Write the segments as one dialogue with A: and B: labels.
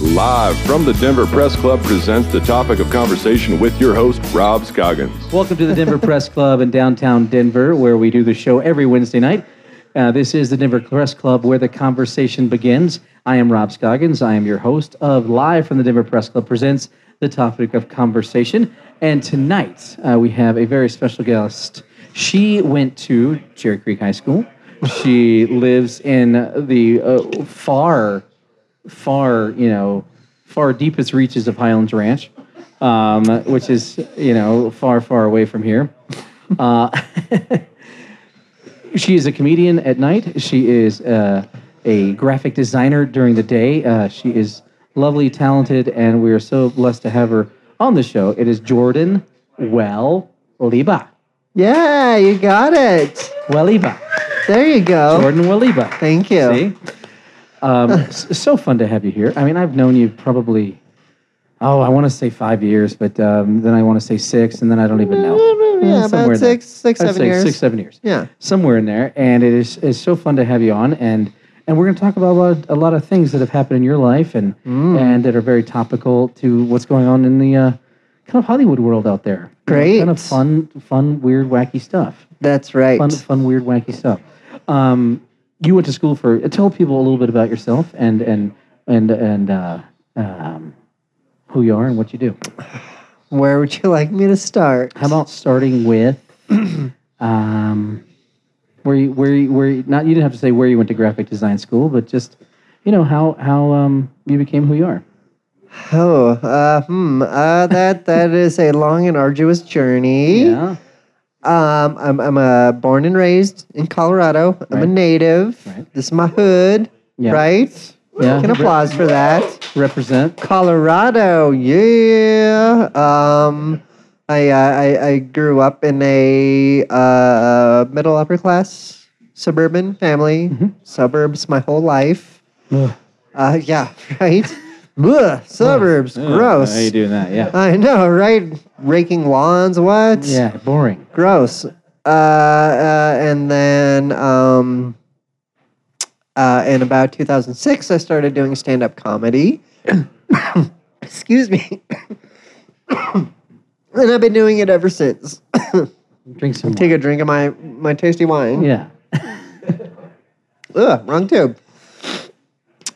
A: live from the Denver Press Club presents the topic of conversation with your host, Rob Scoggins.
B: Welcome to the Denver Press Club in downtown Denver, where we do the show every Wednesday night. Uh, this is the Denver Press Club, where the conversation begins. I am Rob Scoggins. I am your host of Live from the Denver Press Club presents the topic of conversation. And tonight uh, we have a very special guest. She went to Cherry Creek High School. She lives in the uh, far far, you know, far deepest reaches of Highlands Ranch, um, which is, you know, far, far away from here. Uh, she is a comedian at night. She is uh, a graphic designer during the day. Uh, she is lovely, talented, and we are so blessed to have her on the show. It is Jordan Well Liba.
C: Yeah, you got it.
B: Welliba.
C: There you go.
B: Jordan Welliba.
C: Thank you.
B: See? Um, s- so fun to have you here. I mean, I've known you probably, oh, I want to say five years, but um, then I want to say six, and then I don't even know. Uh,
C: Yeah,
B: Somewhere
C: about
B: in there.
C: six, six,
B: I'd
C: seven
B: say
C: years.
B: Six, seven years.
C: Yeah.
B: Somewhere in there. And it is it's so fun to have you on. And and we're going to talk about a lot, of, a lot of things that have happened in your life and
C: Mm.
B: and that are very topical to what's going on in the uh, kind of Hollywood world out there. You know,
C: Great.
B: Kind of fun, fun, weird, wacky stuff
C: That's right.
B: fun, fun, weird, wacky stuff. Um, you went to school for. Tell people a little bit about yourself and and and and uh, um, who you are and what you do.
C: Where would you like me to start?
B: How about starting with um, where you where you, where you, not you didn't have to say where you went to graphic design school, but just you know how how um, you became who you are.
C: Oh, uh, hmm. Uh, that that is a long and arduous journey.
B: Yeah,
C: Um, I'm I'm uh, born and raised in Colorado. I'm a
B: Right.
C: native.
B: Right.
C: This is my hood.
B: Yeah.
C: Right.
B: Yeah.
C: Can applause for that.
B: represent.
C: Colorado, yeah. Um, I, uh, I I grew up in a uh, middle upper class suburban family, suburbs my whole life. Uh, yeah, right. Ugh, suburbs, gross.
B: How you doing that? Yeah.
C: I know, right? Raking lawns, what?
B: Yeah. Boring.
C: gross. Uh, uh, and then um, uh, in about 2006, I started doing stand up comedy. Excuse me. and I've been doing it ever since.
B: Drink some.
C: Take a drink of my, my tasty wine.
B: wine. Yeah.
C: Ugh, wrong tube.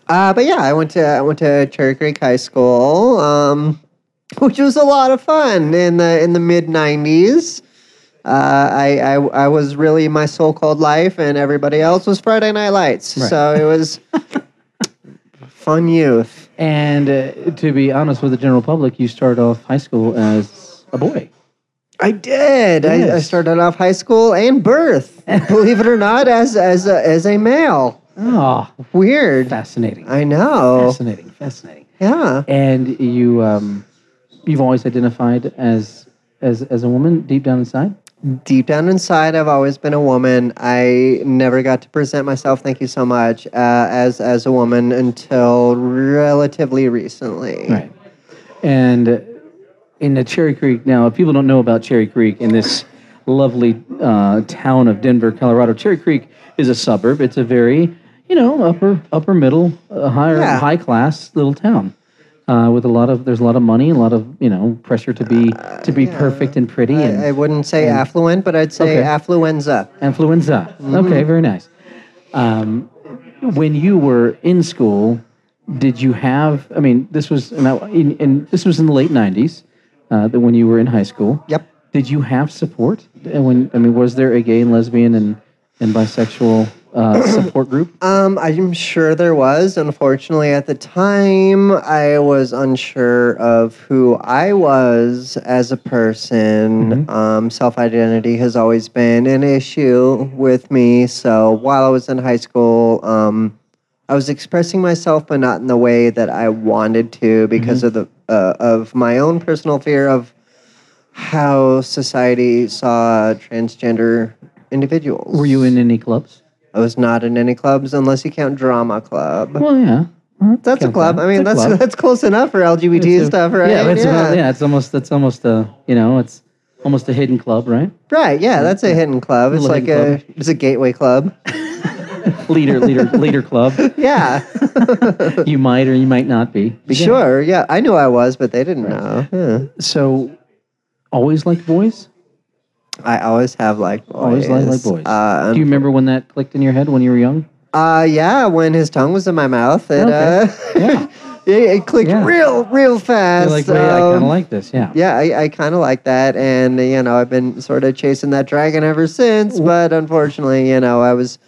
C: Uh, but yeah, I went to I went to Cherry Creek High School, um, which was a lot of fun in the in the mid '90s. Uh, I, I I was really my so called life, and everybody else was Friday Night Lights.
B: Right.
C: So it was fun youth.
B: And uh, to be honest with the general public, you started off high school as a boy.
C: I did. I, I
B: Yes.
C: started off high school and birth, believe it or not, as as a, as a male.
B: Oh,
C: Weird.
B: fascinating.
C: I know.
B: Fascinating. Fascinating.
C: Yeah.
B: And you, um, you've always identified as, as, as a woman deep down inside?
C: deep down inside, I've always been a woman. I never got to present myself. Thank you so much uh, as as a woman until relatively recently.
B: Right. And uh, in the Cherry Creek, now, if people don't know about Cherry Creek in this lovely uh, town of Denver, Colorado, Cherry Creek is a suburb. It's a very, you know, upper, upper middle, uh, higher,
C: Yeah.
B: high class little town. Uh, with a lot of there's a lot of money, a lot of you know pressure to be to be perfect and pretty and
C: I wouldn't say affluent, but I'd say
B: Okay.
C: affluenza.
B: influenza. Okay, very nice. Um, when you were in school, did you have? I mean, this was now in, in this was in the late '90s, uh, that when you were in high school.
C: Yep.
B: Did you have support? And when I mean, was there a gay and lesbian and and bisexual uh, support group?
C: Um, I'm sure there was. Unfortunately, at the time, I was unsure of who I was as a person.
B: Mm-hmm.
C: Um, Self identity has always been an issue with me. So while I was in high school, um, I was expressing myself, but not in the way that I wanted to because
B: Mm-hmm.
C: of the uh, of my own personal fear of how society saw transgender individuals.
B: Were you in any clubs?
C: I was not in any clubs unless you count drama club.
B: Well, yeah. Well,
C: That's a
B: counts
C: club.
B: that.
C: I mean,
B: It's a
C: that's
B: club.
C: that's close enough for LGBT
B: It's a-
C: stuff, right?
B: Yeah, it's about- yeah, it's almost that's almost a you know it's almost a hidden club, right?
C: Right. Yeah, that's a hidden club. It's
B: Little
C: like
B: hidden
C: a it's a gateway club.
B: leader, leader, leader club.
C: Yeah.
B: You might or you might not be.
C: Sure. Yeah. I knew I was, but they didn't know. Yeah.
B: So, always like boys.
C: I always have liked boys.
B: Always like like boys.
C: Uh,
B: Do you remember when that clicked in your head when you were young?
C: uh, yeah, when his tongue was in my mouth, it,
B: Okay.
C: uh,
B: Yeah.
C: it, it clicked
B: Yeah.
C: real, real fast.
B: You're like, wait, I kind of
C: Um,
B: like this. Yeah.
C: yeah, I, I kind of like that. And, you know, I've been sort of chasing that dragon ever since. But unfortunately, you know, I was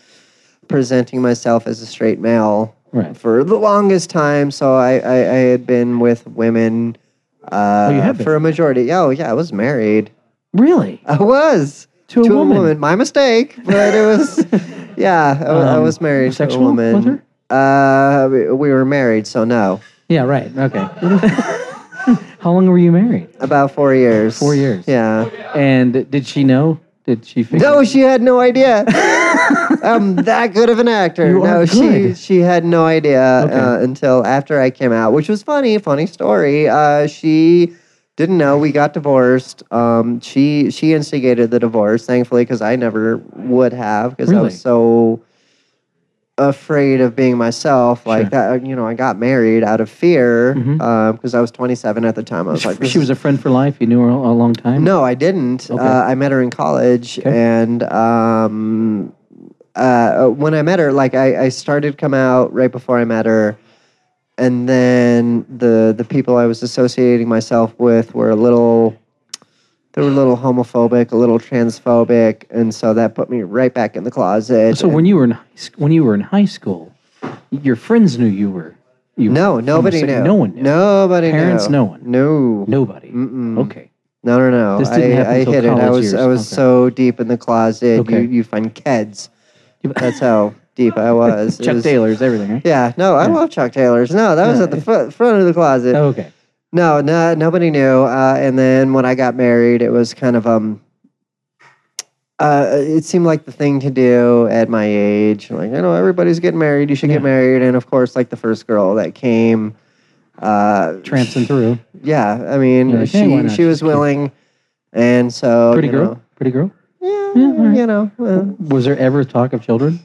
C: presenting myself as a straight male
B: Right.
C: for the longest time. So I, I, I had been with women uh,
B: Oh, you have been?
C: for a majority. Oh, yeah, I was married.
B: Really?
C: I was.
B: To a woman.
C: My mistake, but it was, yeah, I, wa- I
B: Um,
C: was married to a
B: sexual with
C: woman.
B: her?
C: Uh, we, we were married, so no.
B: Yeah. Right. Okay. How long were you married?
C: About four years.
B: Four years.
C: Yeah.
B: And did she know? Did she figure?
C: No, she had no idea. I'm that good of an actor.
B: You are
C: no, she
B: good.
C: she had no idea uh,
B: Okay.
C: until after I came out, which was funny. Funny story. Uh, she didn't know we got divorced. Um, she she instigated the divorce, thankfully, because I never would have, because I
B: Really?
C: was so afraid of being myself. Like
B: Sure.
C: that, you know, I got married out of fear because
B: Mhm.
C: I was 27 at the time. I was like,
B: she
C: this
B: was a friend for life. You knew her a a long time.
C: no, I didn't.
B: Okay.
C: Uh, I met her in college,
B: Okay.
C: and um, uh, when I met her, like I, I started come out right before I met her, and then the the people I was associating myself with were a little. They were a little homophobic, a little transphobic, and so that put me right back in the closet.
B: So when you were in high, sc- when you were in high school, your friends knew you were. You
C: no,
B: were
C: nobody
B: homosexual.
C: knew.
B: No one knew.
C: Nobody
B: Parents,
C: knew.
B: no one.
C: No.
B: Nobody.
C: Mm-mm.
B: Okay.
C: No, no, no.
B: This didn't
C: I,
B: happen
C: I
B: till
C: hid it. I
B: college
C: was
B: years.
C: I was
B: Okay.
C: so deep in the closet.
B: Okay.
C: You you find kids.
B: You-
C: That's how deep I was. It
B: Chuck
C: was-
B: Taylor's everything, right?
C: Yeah, no, I
B: Yeah.
C: love Chuck Taylor's. No, that was
B: No,
C: at the
B: it-
C: fr- front of the closet.
B: Oh, okay.
C: No, no, nobody knew. Uh, and then when I got married, it was kind of um. Uh, it seemed like the thing to do at my age. Like you know, everybody's getting married. You should
B: Yeah.
C: get married. And of course, like the first girl that came, uh,
B: Tramping through.
C: yeah. I mean,
B: You're like, hey, why
C: she
B: not?
C: she was
B: She's cute.
C: willing, and so
B: Pretty
C: you
B: girl.
C: know,
B: Pretty girl.
C: yeah,
B: Yeah, all right.
C: you know. uh,
B: Was there ever talk of children?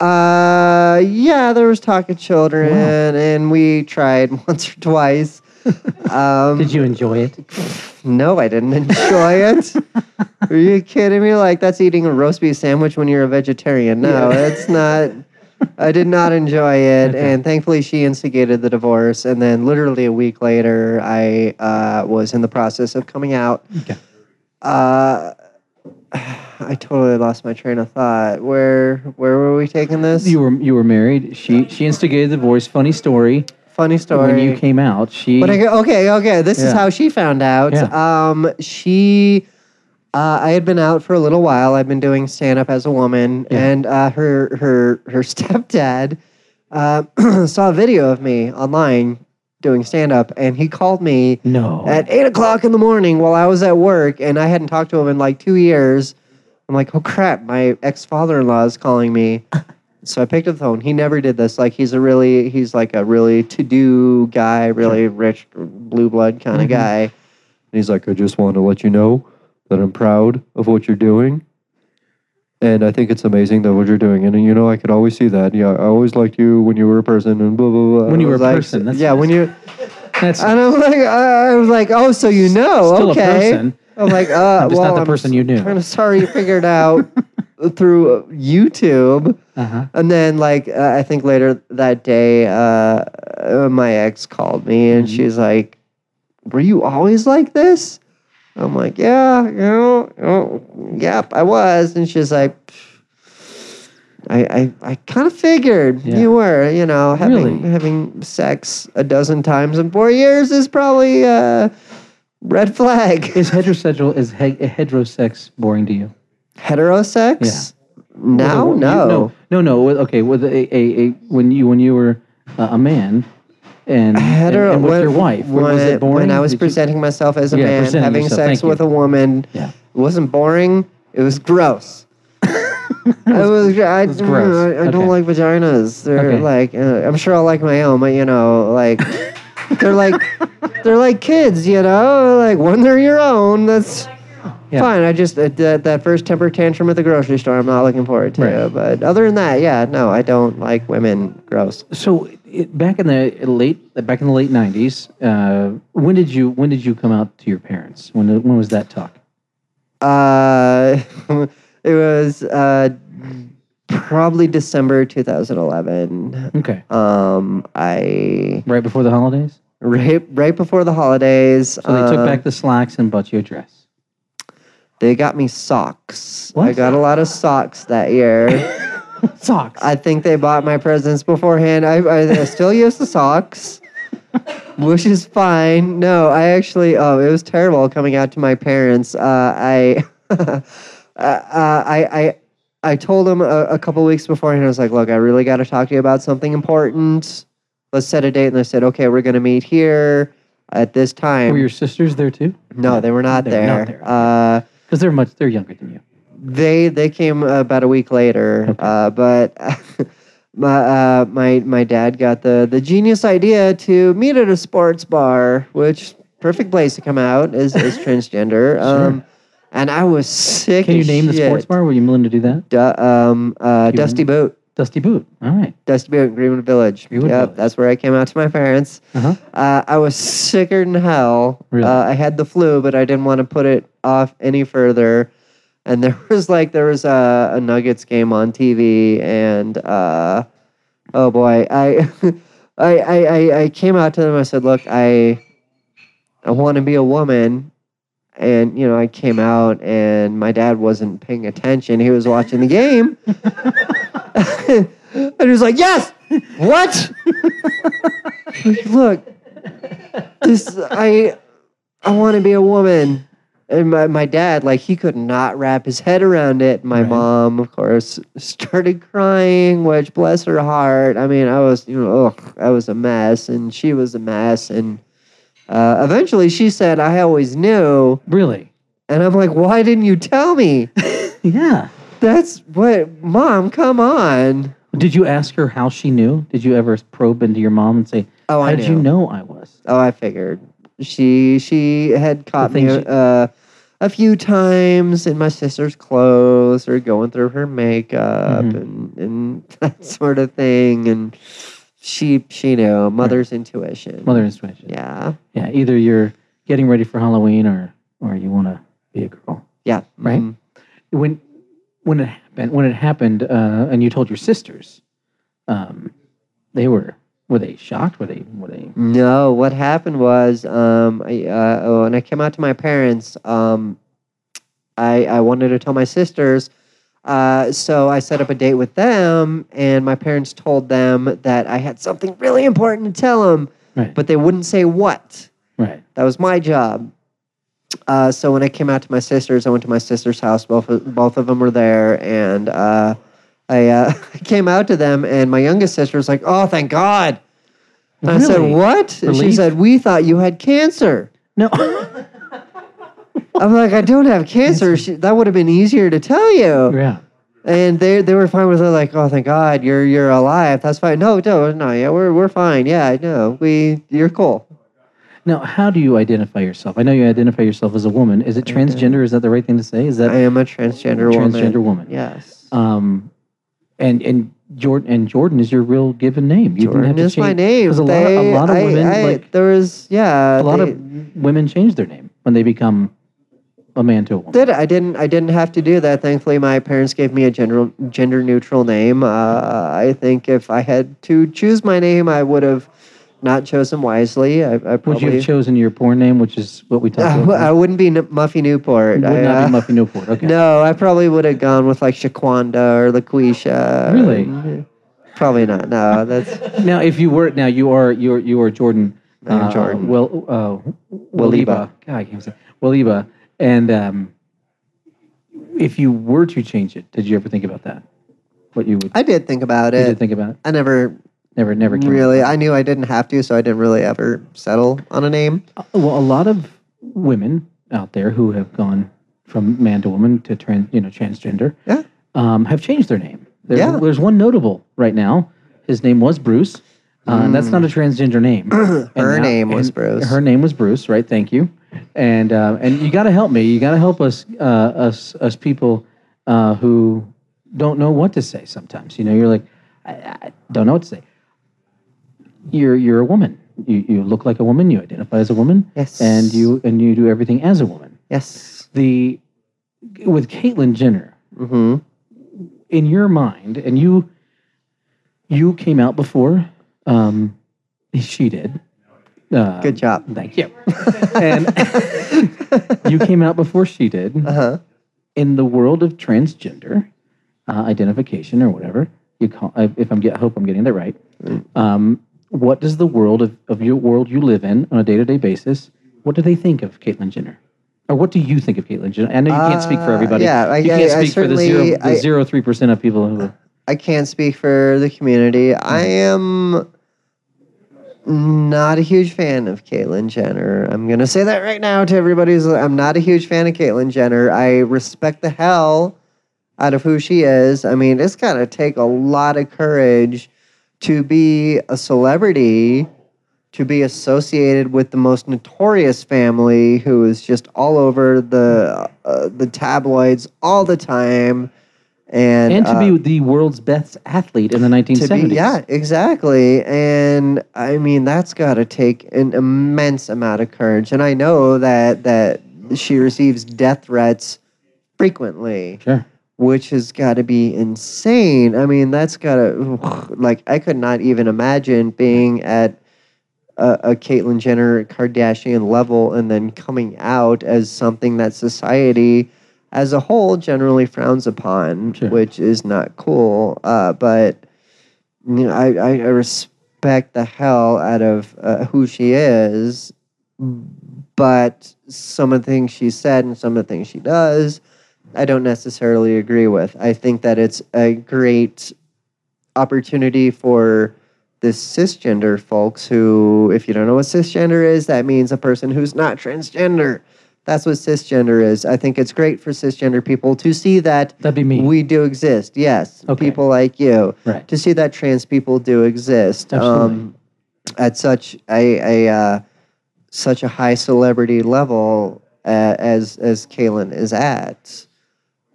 C: Uh, yeah, there was talk of children,
B: Wow.
C: and we tried once or twice. Um,
B: Did you enjoy it?
C: No, I didn't enjoy it. Are you kidding me? Like that's eating a roast beef sandwich when you're a vegetarian. No,
B: Yeah.
C: it's not. I did not enjoy it,
B: Okay.
C: and thankfully she instigated the divorce. And then, literally a week later, I uh, was in the process of coming out.
B: Okay.
C: Uh, I totally lost my train of thought. Where where were we taking this?
B: You were you were married. She she instigated the divorce. Funny story.
C: Funny story.
B: When you came out, she
C: But I, go- okay, okay. This is
B: Yeah.
C: how she found out.
B: Yeah.
C: Um, she, uh, I had been out for a little while. I've been doing stand up as a woman,
B: Yeah.
C: and uh, her her her stepdad uh, saw a video of me online doing stand up, and he called me
B: no.
C: at eight o'clock in the morning while I was at work, and I hadn't talked to him in like two years. I'm like, oh crap, my ex father in law is calling me. So I picked up the phone. He never did this. Like he's a really, he's like a really to do guy, really rich, blue blood kind of
B: Mhm.
C: guy. And he's like, I just want to let you know that I'm proud of what you're doing. And I think it's amazing that what you're doing. And you know, I could always see that. Yeah, I always liked you when you were a person and blah blah blah.
B: When you
C: I
B: were
C: was
B: a
C: like,
B: person, that's
C: yeah,
B: nice.
C: when you
B: That's
C: and I'm like, I I was like, oh, so you know?
B: still
C: okay.
B: a person.
C: I'm like, uh,
B: I'm just
C: well,
B: not the
C: I'm
B: person you knew.
C: Kind of sorry you figured out through YouTube.
B: Uh-huh.
C: And then, like, uh, I think later that day, uh, uh, my ex called me and
B: Mhm.
C: she's like, "Were you always like this?" I'm like, "Yeah, you know, you know, yep, I was." And she's like. I, I, I kind of figured
B: Yeah.
C: you were, you know, having
B: Really?
C: having sex a dozen times in four years is probably a red flag.
B: Is heterosexual is he, heterosex boring to you?
C: Heterosex?
B: With a
C: Now,
B: wo- you-
C: no,
B: no, no, no. with- Okay, with a, a, a when you when you were uh, a man and, and-
C: Hetero
B: and, with
C: when-
B: your wife,
C: When,
B: was it boring?
C: when I was
B: Did you-
C: presenting myself as a
B: Yeah,
C: man,
B: presenting
C: having
B: yourself,
C: sex
B: thank
C: with
B: you.
C: a woman,
B: yeah,
C: it wasn't boring. It was gross. it was. gr- I,
B: was gross.
C: I, I don't
B: Okay.
C: like vaginas. They're
B: Okay.
C: like. Uh, I'm sure I'll like my own, but you know, like, they're like, they're like kids. You know, like when they're your own, that's
B: Yeah.
C: Fine. I just uh, that that first temper tantrum at the grocery store. I'm not looking forward to.
B: Right.
C: But other than that, yeah, no, I don't like women. Gross.
B: So it, back in the late back in the late nineties, uh, when did you when did you come out to your parents? When when was that talk?
C: Uh, it was uh, probably December 2011.
B: Okay,
C: Um, I
B: right before the holidays.
C: right right before the holidays.
B: So they took
C: um,
B: back the slacks and bought you a dress.
C: They got me socks.
B: What?
C: I got a lot of socks that year.
B: Socks.
C: I think they bought my presents beforehand. I, I, I still use the socks, which is fine. No, I actually, oh, it was terrible coming out to my parents. Uh, I, uh, I, I, I told them a, a couple weeks beforehand. I was like, look, I really got to talk to you about something important. Let's set a date. And they said, okay, we're going to meet here at this time.
B: Were your sisters there too?
C: no, they were not
B: They were
C: there.
B: not there.
C: Uh,
B: Because they're much they're younger than you.
C: they they came about a week later, uh, but my uh, my my dad got the the genius idea to meet at a sports bar, which perfect place to come out is is transgender. Um, and I was sick.
B: Can you
C: as
B: name the sports
C: shit.
B: bar? Were you willing to do that?
C: Du- um, uh,
B: Do you
C: Dusty Boot,
B: Dusty Boot. All right.
C: Dusty Boot, Greenwood Village.
B: Greenwood
C: yep,
B: Village.
C: that's where I came out to my parents.
B: Uh-huh.
C: Uh, I was sicker than hell.
B: Really?
C: Uh, I had the flu, but I didn't want to put it off any further. And there was like there was a, a Nuggets game on TV, and uh, oh boy, I, I I I I came out to them. I said, "Look, I I want to be a woman." And you know, I came out, and my dad wasn't paying attention. He was watching the game, and he was like, "Yes, what?" Like, look, this I I want to be a woman. And my, my dad, like, he could not wrap his head around it. My
B: Right.
C: mom, of course, started crying, which bless her heart. I mean, I was, you know, ugh, I was a mess, and she was a mess. And uh, eventually she said, I always knew.
B: Really?
C: And I'm like, why didn't you tell me?
B: Yeah.
C: That's what, mom, come on.
B: Did you ask her how she knew? Did you ever probe into your mom and say,
C: Oh,
B: "How
C: I
B: did
C: knew.
B: you know I was?"
C: Oh, I figured she she had caught me
B: things you-
C: uh, a few times in my sister's clothes or going through her makeup
B: Mhm.
C: and and that sort of thing. And she she knew mother's intuition.
B: Mother inspiration.
C: Yeah.
B: Yeah. Either you're getting ready for Halloween, or or you want to be a girl.
C: Yeah.
B: Right?
C: Mhm.
B: when when it happened when it happened uh, and you told your sisters um, they were were they shocked were they were they
C: No, what happened was, um, I, uh, oh, when I came out to my parents, um, I, I wanted to tell my sisters. Uh, so I set up a date with them, and my parents told them that I had something really important to tell them,
B: right
C: but they wouldn't say what.
B: right
C: That was my job. Uh, so when I came out to my sisters, I went to my sister's house. Both of- both of them were there, and uh, I uh, came out to them. And my youngest sister was like, "Oh, thank God!" And I said,
B: Really?
C: "What?" And she
B: Relief?
C: said, "We thought you had cancer."
B: no
C: I'm like, "I don't have cancer. She, that would have been easier to tell you."
B: yeah
C: And they they were fine with it. Like, "Oh, thank God, you're you're alive. That's fine." No, no, no. Yeah, we're we're fine. Yeah, no, we you're cool.
B: now how do you identify yourself i know you identify yourself as a woman is it transgender is that the right thing to say is
C: I
B: that
C: am a transgender,
B: transgender
C: woman.
B: woman
C: Yes.
B: um and and Jordan and Jordan is your real given name. You didn't have to
C: Jordan is my
B: change-
C: name.
B: 'cause A lot, of-
C: They-
B: a lot of
C: I-
B: women,
C: I-
B: like
C: there was yeah.
B: a lot
C: they-
B: of women, change their name when they become a man to a woman.
C: did I didn't I didn't have to do that. Thankfully, my parents gave me a gender gender neutral name. Uh, I think if I had to choose my name, I would have not chosen wisely. I, I probably
B: Would you have chosen your porn name, which is what we
C: I
B: talked
C: w-
B: about?
C: I wouldn't be N- Muffy Newport.
B: It would
C: I,
B: not be
C: uh,
B: Muffy Newport. Okay.
C: No, I probably would have gone with like Shaquanda or LaQuisha.
B: Really?
C: Mm, Probably not. No, that's
B: Now, if you were now, you are you are you are Jordan.
C: I am Jordan.
B: Well, uh,
C: Waliba.
B: Waliba. God, I can't say Waliba. And um, if you were to change it, did you ever think about that? What you would
C: I did think about
B: you
C: it.
B: did think about? It?
C: I never
B: Never, never. Came up.
C: really. I knew I didn't have to, so I didn't really ever settle on a name.
B: Uh, Well, a lot of women out there who have gone from man to woman to trans, you know, transgender,
C: Yeah.
B: um, have changed their name. There's,
C: Yeah.
B: there's one notable right now. His name was Bruce. Uh, and That's not a transgender name. And
C: Her name was
B: and
C: Bruce.
B: Her name was Bruce, right? Thank you. and uh, and you got to help me. You got to help us uh, us us people uh, who don't know what to say. Sometimes you know you're like, I, I don't know what to say. You're you're a woman. You you look like a woman. You identify as a woman.
C: Yes.
B: And you and you do everything as a woman.
C: Yes.
B: The with Caitlyn Jenner
C: Mm-hmm.
B: in your mind, and you you came out before um, she did. Uh,
C: Good job.
B: Thank you. and you came out before she did.
C: Uh huh.
B: In the world of transgender uh, identification or whatever you call, I- if I'm get, I hope I'm getting that right.
C: Mm.
B: Um, what does the world of, of your world you live in on a day to day basis? What do they think of Caitlyn Jenner? Or what do you think of Caitlyn Jenner? I know you can't speak for
C: Uh,
B: everybody.
C: yeah, I-
B: you
C: I-
B: can't
C: I
B: speak for the
C: certainly-
B: zero, the
C: I-
B: zero three percent of people who.
C: I can't speak for the community. I am not a huge fan of Caitlyn Jenner. I'm gonna say that right now to everybody's. I'm not a huge fan of Caitlyn Jenner. I respect the hell out of who she is. I mean, it's gotta take a lot of courage to be a celebrity, to be associated with the most notorious family who is just all over the uh, the tabloids all the time. And,
B: and to
C: uh,
B: be the world's best athlete in the 1970s.
C: to be, yeah, exactly. And I mean, that's got to take an immense amount of courage. And I know that that she receives death threats frequently,
B: Sure.
C: which has got to be insane. I mean, that's got to like I could not even imagine being at a, a Caitlyn Jenner Kardashian level and then coming out as something that society as a whole generally frowns upon,
B: Sure.
C: which is not cool. Uh, but you know, I, I, I respect the hell out of uh, who she is, but some of the things she said and some of the things she does, I don't necessarily agree with. I think that it's a great opportunity for the cisgender folks who, if you don't know what cisgender is, that means a person who's not transgender. That's what cisgender is. I think it's great for cisgender people to see that
B: That'd be me.
C: we do exist. Yes,
B: Okay.
C: people like you
B: right.
C: to see that trans people do exist
B: Absolutely.
C: um, at such a, a uh, such a high celebrity level uh, as as Kaylin is at.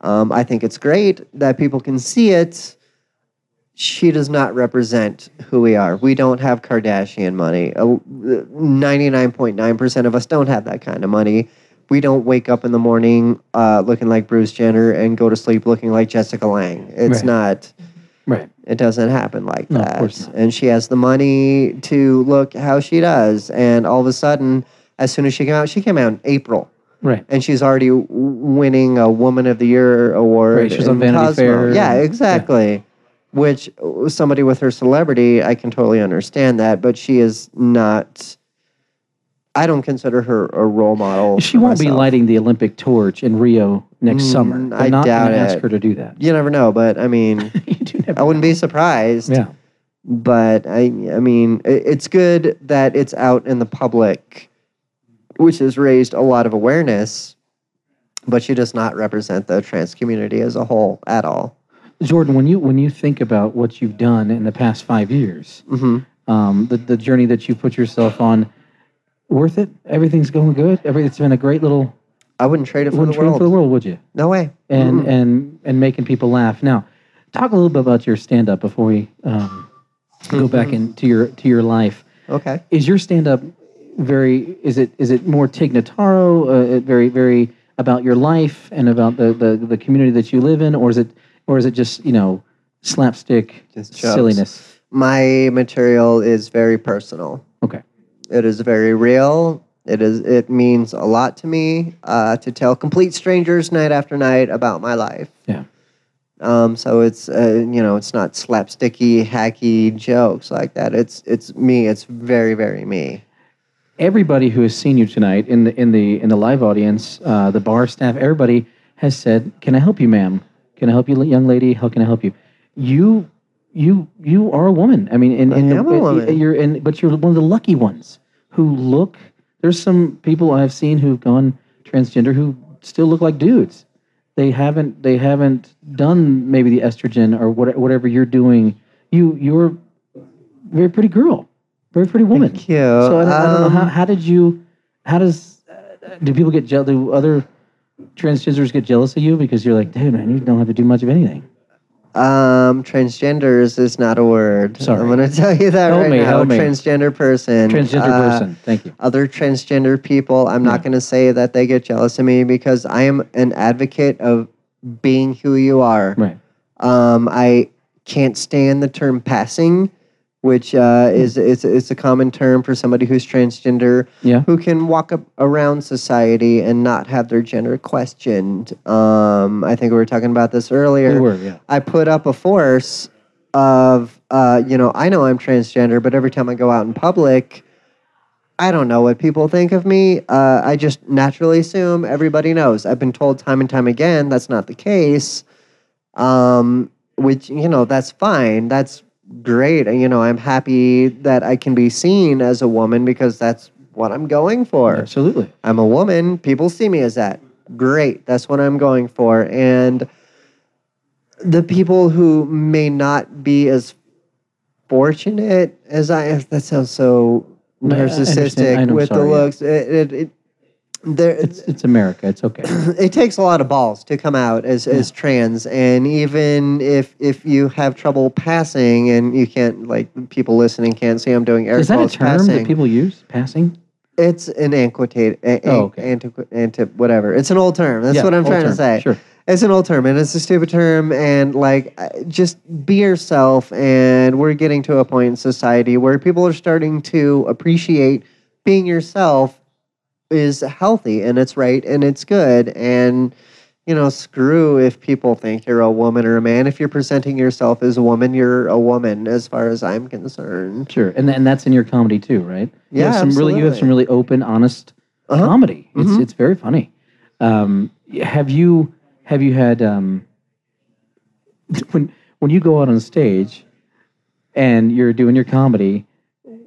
C: Um, I think it's great that people can see it. She does not represent who we are. We don't have Kardashian money. Ninety nine point nine percent of us don't have that kind of money. We don't wake up in the morning uh, looking like Bruce Jenner and go to sleep looking like Jessica Lange. It's
B: Right.
C: not.
B: right.
C: It doesn't happen like
B: No, of
C: that.
B: course not.
C: And she has the money to look how she does. And all of a sudden, as soon as she came out, she came out in April.
B: Right.
C: And she's already w- winning a Woman of the Year award.
B: Right, she was on
C: in
B: Vanity
C: Cosmo.
B: Fair
C: Yeah,
B: and- yeah.
C: exactly. Which uh, somebody with her celebrity, I can totally understand that. But she is not. I don't consider her a role model.
B: She
C: for
B: won't be
C: myself.
B: lighting the Olympic torch in Rio next
C: Mm,
B: summer.
C: I
B: They're not
C: doubt
B: gonna ask
C: it.
B: her to do that.
C: You never know, but I mean,
B: you do never
C: I wouldn't be surprised.
B: Yeah.
C: but I, I mean, i- it's good that it's out in the public, which has raised a lot of awareness. But she does not represent the trans community as a whole at all.
B: Jordan, when you when you think about what you've done in the past five years,
C: Mm-hmm.
B: um, the, the journey that you put yourself on, worth it? Everything's going good? Every, it's been a great little
C: I wouldn't trade it for
B: wouldn't
C: the
B: trade
C: world.
B: for the world, would you?
C: No way.
B: and and and making people laugh. Now, talk a little bit about your stand up before we um, go back into your to your life.
C: Okay.
B: Is your stand up very? Is it is it more Tig Notaro? Uh, very very about your life and about the, the the community that you live in, or is it or is it just you know slapstick
C: Just jokes.
B: silliness?
C: My material is very personal.
B: Okay,
C: It is very real. It is. It means a lot to me uh, to tell complete strangers night after night about my life.
B: yeah,
C: Um, so it's uh, you know it's not slapsticky, hacky jokes like that. It's it's me. It's very very me.
B: everybody who has seen you tonight in the in the in the live audience, uh, the bar staff, everybody has said, "Can I help you, ma'am? Can I help you, young lady? How can I help you?" You, you, you are a woman. I mean, and, and
C: I am a woman.
B: uh, you're in, but you're one of the lucky ones who look. There's some people I've seen who've gone transgender who still look like dudes. They haven't they haven't done maybe the estrogen or what, whatever you're doing. You you're a very pretty girl, very pretty woman.
C: Cute.
B: So I don't, I don't know how,
C: Um,
B: how did you how does uh, do people get jealous? Do other transgenders get jealous of you because you're like, dude, man, you don't have to do much of anything?
C: Um, transgenders is not a word.
B: Sorry.
C: I'm going to tell you that
B: Help
C: right
B: me,
C: now.
B: help me.
C: Transgender person.
B: Transgender
C: uh,
B: person. Thank you.
C: Other transgender people, I'm not
B: Yeah.
C: going to say that they get jealous of me because I am an advocate of being who you are.
B: Right.
C: Um, I can't stand the term passing, which uh,
B: Hmm.
C: is it's it's a common term for somebody who's transgender
B: Yeah.
C: who can walk up around society and not have their gender questioned. Um, I think we were talking about this earlier.
B: We were. Yeah.
C: I put up a force of, uh, you know, I know I'm transgender, but every time I go out in public, I don't know what people think of me. Uh, I just naturally assume everybody knows. I've been told time and time again that's not the case, um, which, you know, that's fine. That's great. You know, I'm happy that I can be seen as a woman because that's what I'm going for.
B: Absolutely.
C: I'm a woman. People see me as that. Great. That's what I'm going for. And the people who may not be as fortunate as I am, that sounds so
B: I
C: narcissistic
B: understand. I'm
C: with
B: sorry,
C: the
B: yeah.
C: looks. It, it, it, there,
B: It's it's America. It's okay.
C: it takes a lot of balls to come out as, as trans and even if if you have trouble passing and you can't like people listening can't see i'm doing air
B: Is that a
C: quotes
B: term
C: passing
B: that people use? Passing.
C: it's an antiquated, a-
B: Oh,
C: an-
B: okay.
C: antiqu- anti- whatever. It's an old term. That's
B: Yeah,
C: what I'm
B: old
C: trying
B: term.
C: to say.
B: Sure.
C: It's an old term, and it's a stupid term. And like, uh, just be yourself. And we're getting to a point in society where people are starting to appreciate being yourself is healthy and it's right and it's good. And you know, screw if people think you're a woman or a man. If you're presenting yourself as a woman, you're a woman, as far as I'm concerned.
B: Sure, and and that's in your comedy too, right? you
C: Yeah,
B: have some really you have some really open, honest
C: Uh-huh.
B: comedy. It's
C: Mhm.
B: it's very funny. Um, have you have you had um, when when you go out on stage and you're doing your comedy?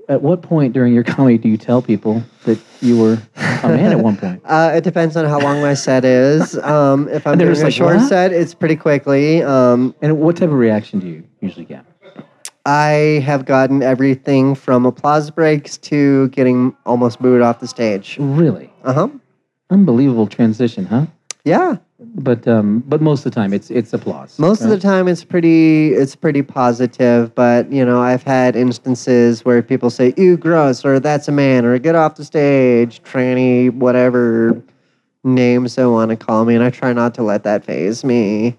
B: At what point during your comedy do you tell people that you were a man at one point?
C: Uh, it depends on how long my set is. Um, if I'm
B: And they're
C: doing
B: just
C: a
B: like,
C: short
B: "What?"
C: set, it's pretty quickly. Um,
B: And what type of reaction do you usually get?
C: I have gotten everything from applause breaks to getting almost booed off the stage.
B: Really
C: Uh huh.
B: unbelievable transition, huh?
C: Yeah.
B: But um, but most of the time it's it's applause.
C: Most of the time, it's pretty. It's pretty positive. But you know, I've had instances where people say "ew, gross" or "that's a man" or "get off the stage, tranny," whatever names they want to call me, and I try not to let that phase me.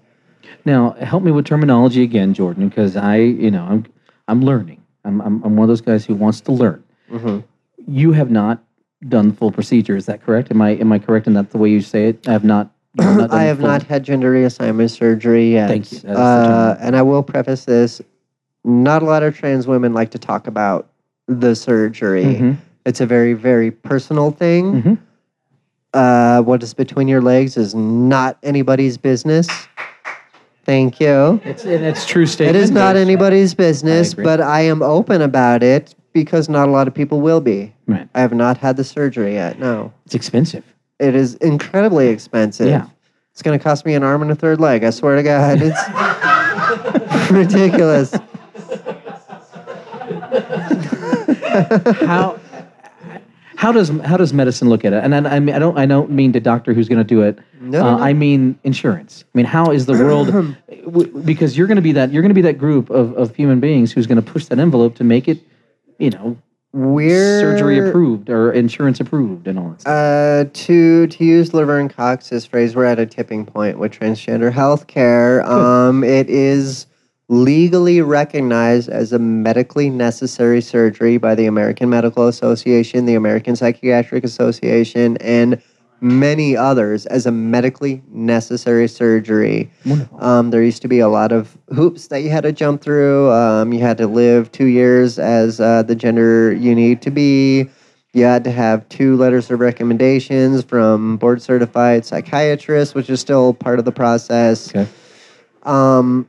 B: Now, help me with terminology again, Jordan, because I, you know, I'm I'm learning. I'm, I'm I'm one of those guys who wants to learn.
C: Mm-hmm.
B: You have not done the full procedure. Is that correct? Am I am I correct in that the way you say it? I have not. you not done
C: I
B: the
C: have
B: full-
C: not had gender reassignment surgery yet.
B: Thank you. That is the
C: Uh,
B: term.
C: and I will preface this not a lot of trans women like to talk about the surgery.
B: Mhm.
C: It's a very, very personal thing.
B: Mhm.
C: Uh, what is between your legs is not anybody's business. Thank you.
B: It's and it's true
C: It
B: statement.
C: is not anybody's business,
B: agree.
C: but I am open about it because not a lot of people will be.
B: Right.
C: I have not had the surgery yet, no.
B: It's expensive.
C: It is incredibly expensive.
B: Yeah.
C: It's going to cost me an arm and a third leg. I swear to God. It's ridiculous.
B: how how does how does medicine look at it? And I, I mean, I don't I don't mean the doctor who's going to do it.
C: No, no,
B: Uh,
C: no.
B: I mean insurance. I mean, how is the world? w- because you're going to be that you're going to be that group of, of human beings who's going to push that envelope to make it, you know,
C: We're
B: surgery approved or insurance approved and all that. Stuff.
C: Uh, to to use Laverne Cox's phrase, we're at a tipping point with transgender healthcare. Um, it is legally recognized as a medically necessary surgery by the American Medical Association, the American Psychiatric Association, and many others as a medically necessary surgery.
B: Wonderful.
C: Um, there used to be a lot of hoops that you had to jump through. Um, you had to live two years as uh, the gender you need to be. You had to have two letters of recommendations from board certified psychiatrists, which is still part of the process.
B: Okay.
C: Um,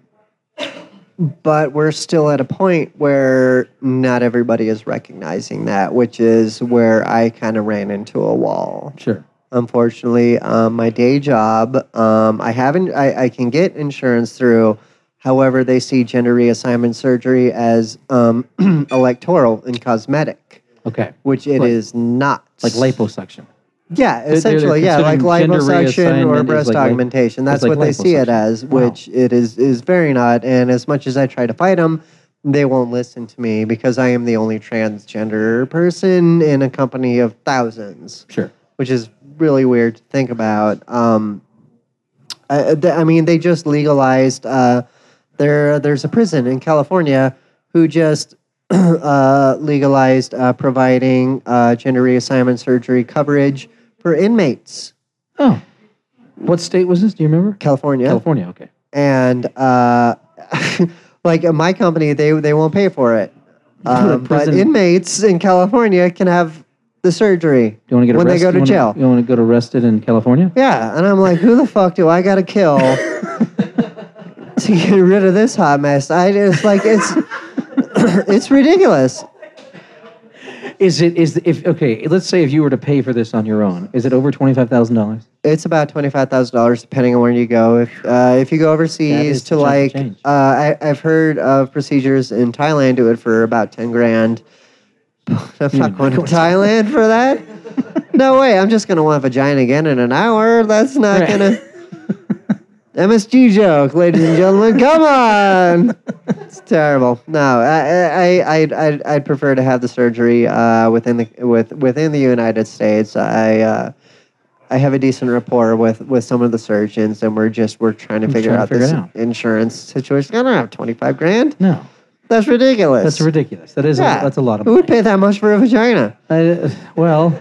C: but we're still at a point where not everybody is recognizing that, which is where I kind of ran into a wall
B: Sure.
C: unfortunately um, my day job um, i haven't I, I can get insurance through however they see gender reassignment surgery as um, electoral and cosmetic
B: Okay.
C: which it is
B: Like-
C: not
B: Like liposuction.
C: Yeah,
B: they're
C: essentially, yeah, like
B: considering gender
C: liposuction
B: reassignment
C: or
B: is
C: breast
B: like li-
C: augmentation.
B: it's
C: That's
B: like
C: what they see it
B: liposuction.
C: as,
B: Wow.
C: which it is is very not. And as much as I try to fight them, they won't listen to me because I am the only transgender person in a company of thousands,
B: Sure.
C: which is really weird to think about. Um, I, th- I mean, they just legalized. Uh, there, there's a prison in California who just uh, legalized uh, providing uh, gender reassignment surgery coverage for inmates,
B: Oh. What state was this? Do you remember?
C: California,
B: California. Okay.
C: and uh, like in my company, they they won't pay for it, um, but
B: Prison-
C: inmates in California can have the surgery
B: Do you want to get
C: when
B: arrested?
C: they go to
B: you wanna,
C: jail.
B: You want to get arrested in California?
C: Yeah, and I'm like, who the fuck do I gotta kill to get rid of this hot mess? I it's like it's it's ridiculous.
B: Is it is if okay? Let's say if you were to pay for this on your own, is it over twenty five thousand dollars?
C: It's about twenty five thousand dollars depending on where you go. If uh, if you go
B: That is
C: overseas
B: a
C: to
B: chunk of
C: like, uh,
B: change.
C: I I've heard of procedures in Thailand do it for about ten grand. I'm not going to Thailand for that. No way. I'm just gonna want vagina again in an hour. That's not
B: Right.
C: gonna. MSG joke, ladies and gentlemen. Come on. It's terrible. No, I, I, I, I'd, I'd, I'd prefer to have the surgery uh, within the with within the United States. I, uh, I have a decent rapport with with some of the surgeons, and we're just we're trying to figure
B: trying to
C: out
B: figure it
C: this
B: out.
C: insurance situation. I don't have twenty five grand.
B: No,
C: That's ridiculous.
B: that's ridiculous. That is
C: Yeah.
B: a, that's a lot of
C: Who
B: money.
C: would pay that much for a vagina
B: I, well,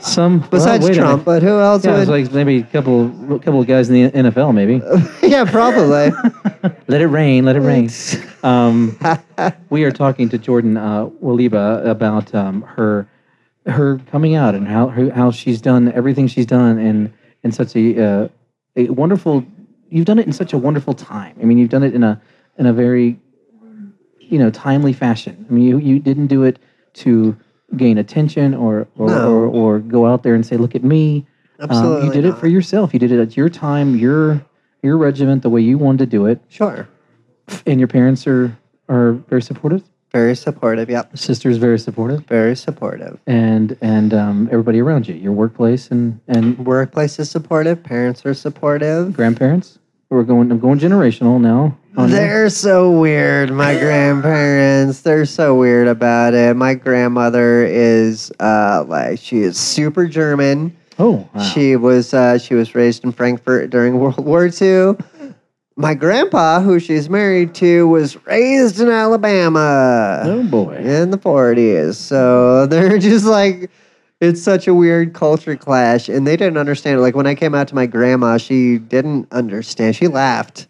B: some
C: besides
B: well, wait a
C: Trump?
B: minute.
C: But who else
B: Yeah,
C: would?
B: it's like maybe a couple a couple of guys in the NFL. Maybe
C: yeah, probably.
B: Um, let it rain. Let it rain. Um, we are talking to Jordan uh, Waliba about um, her her coming out and how her, how she's done everything she's done and in such a, uh, a wonderful. You've done it in such a wonderful time. I mean, you've done it in a in a very you know timely fashion. I mean, you you didn't do it to gain attention or or,
C: No.
B: or, or go out there and say, "Look at me." Um,
C: Absolutely
B: you did it
C: not.
B: for yourself. You did it at your time, your your regiment, the way you wanted to do it
C: sure.
B: and your parents are are very supportive.
C: Very supportive. Yep.
B: Sister's very supportive,
C: Very supportive.
B: and and um, everybody around you, your workplace, and and
C: Workplace is supportive. Parents are supportive.
B: grandparents. We're going. I'm going generational now. on you.
C: They're so weird, my grandparents. They're so weird about it. My grandmother is uh like she is super German.
B: Oh, wow.
C: She was uh she was raised in Frankfurt during World War II. My grandpa, who she's married to, was raised in Alabama
B: oh boy.
C: in the 40s. So they're just like, it's such a weird culture clash. And they didn't understand it. Like when I came out to my grandma, she didn't understand. She laughed.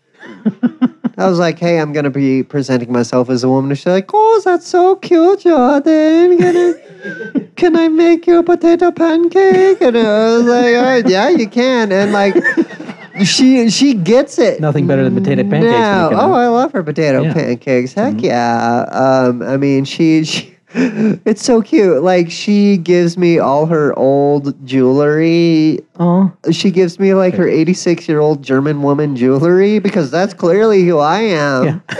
C: I was like, hey, I'm going to be presenting myself as a woman. And she's like, oh, that's so cute, Jordan. Can I, can I make you a potato pancake? And I was like, "Oh, yeah, you can. And like, she she gets it.
B: Nothing better than potato pancakes when
C: No.
B: you can-
C: Oh, I love her potato
B: Yeah. Mm-hmm.
C: pancakes. Heck yeah. Um, I mean, she, she, it's so cute. Like, she gives me all her old jewelry.
B: Oh,
C: She gives me like her 86 year old German woman jewelry because that's clearly who I am,
B: yeah.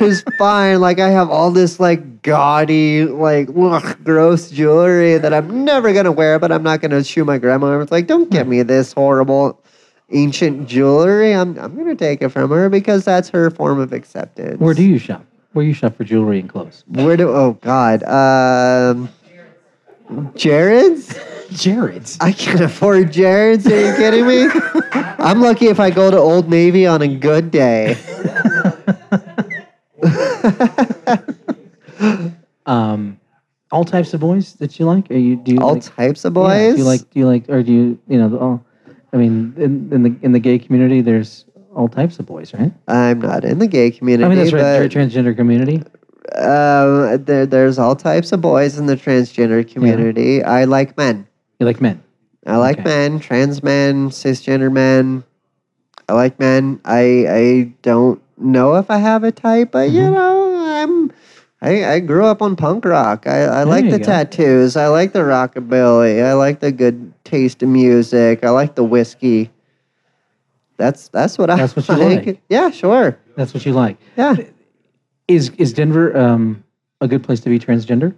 C: is fine. Like, I have all this like gaudy, like, ugh, gross jewelry that I'm never going to wear, but I'm not going to shoe my grandma. It's like, don't give me this horrible. Ancient jewelry. I'm I'm gonna take it from her because that's her form of acceptance.
B: Where do you shop? Where you shop for jewelry and clothes?
C: Where do? Oh God. Um, Jared's?
B: Jared's.
C: I can't afford Jared's. Are you kidding me? I'm lucky if I go to Old Navy on a good day.
B: Um, all types of boys that you like? Are you do you
C: All
B: like,
C: types of
B: Yeah,
C: boys.
B: do you like? Do you like? Or do you? You know. the- All, I mean, in, in the in the gay community, there's all types of boys, right?
C: I'm not in the gay community,
B: I mean, that's right.
C: but
B: tra- Transgender community.
C: um, there, there's all types of boys in the transgender community. I like men.
B: You like men.
C: I like
B: Okay.
C: men, trans men, cisgender men. I like men. I I don't know if I have a type, but you
B: Mm-hmm.
C: know, I'm I, I grew up on punk rock. I, I like
B: you
C: the
B: go.
C: tattoos. I like the rockabilly. I like the good taste in music. I like the whiskey. That's that's what I
B: That's what you like.
C: Yeah, sure.
B: That's what you like.
C: Yeah.
B: Is is Denver um, a good place to be transgender?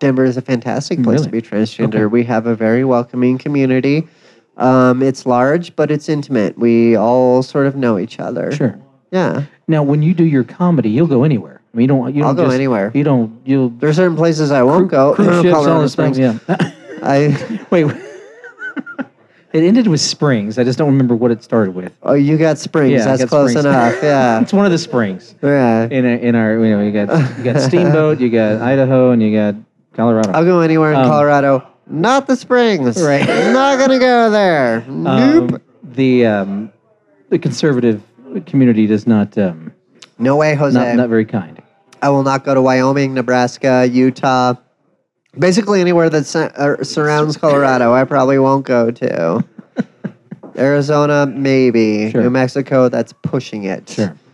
C: Denver is a fantastic place
B: Really?
C: to be transgender.
B: Okay.
C: We have a very welcoming community. Um, it's large, but it's intimate. We all sort of know each other.
B: Sure.
C: Yeah.
B: Now, when you do your comedy, you'll go anywhere. I mean, you don't. You don't
C: I'll go
B: just-
C: anywhere.
B: You don't. You'll
C: There are certain places I won't go.
B: cruise ships, all
C: Colorado
B: this stuff.
C: Springs.
B: Yeah.
C: I.
B: Wait. It ended with springs. I just don't remember what it started with.
C: Oh, you got Springs.
B: Yeah, I
C: That's
B: got
C: close
B: Springs.
C: enough. Yeah.
B: It's one of the springs
C: yeah.
B: in our, in our. You know, you got you got Steamboat, you got Idaho, and you got Colorado.
C: I'll go anywhere in
B: Um,
C: Colorado. Not the Springs.
B: Right.
C: Not gonna go there.
B: Um,
C: nope.
B: The um, the conservative community does not um,
C: No way, Jose.
B: not not very kind.
C: I will not go to Wyoming, Nebraska, Utah. Basically, anywhere that sur- uh, surrounds Colorado, I probably won't go to. Arizona, maybe.
B: Sure.
C: New Mexico, that's pushing it.
B: Sure.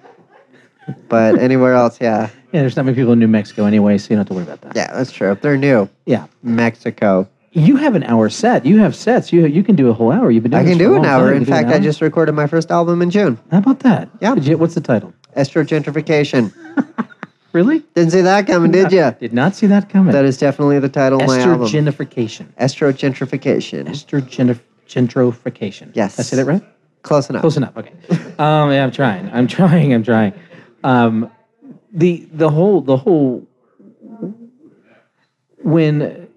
C: But anywhere else, yeah.
B: Yeah, there's not many people in New Mexico anyway, so you don't have to worry about that.
C: Yeah, that's true. They're new.
B: Yeah.
C: Mexico.
B: You have an hour set. You have sets. You you can do a whole hour. You've been doing
C: I can
B: this for
C: do
B: a
C: an
B: long
C: hour.
B: time. You
C: In
B: can do an
C: fact, I
B: hour?
C: just recorded my first album in June
B: How about that?
C: Yeah.
B: Did you- what's the title?
C: Estro Gentrification.
B: Really?
C: Didn't see that coming, did you?
B: Did not see that coming.
C: That is definitely the title of my album.
B: Estrogenification.
C: Estro Gentrification.
B: Estrogenif- gentrification.
C: Yes.
B: Did I say that right?
C: Close enough.
B: Close enough. Okay. Um, yeah, I'm trying. I'm trying. I'm trying. Um, the the whole the whole when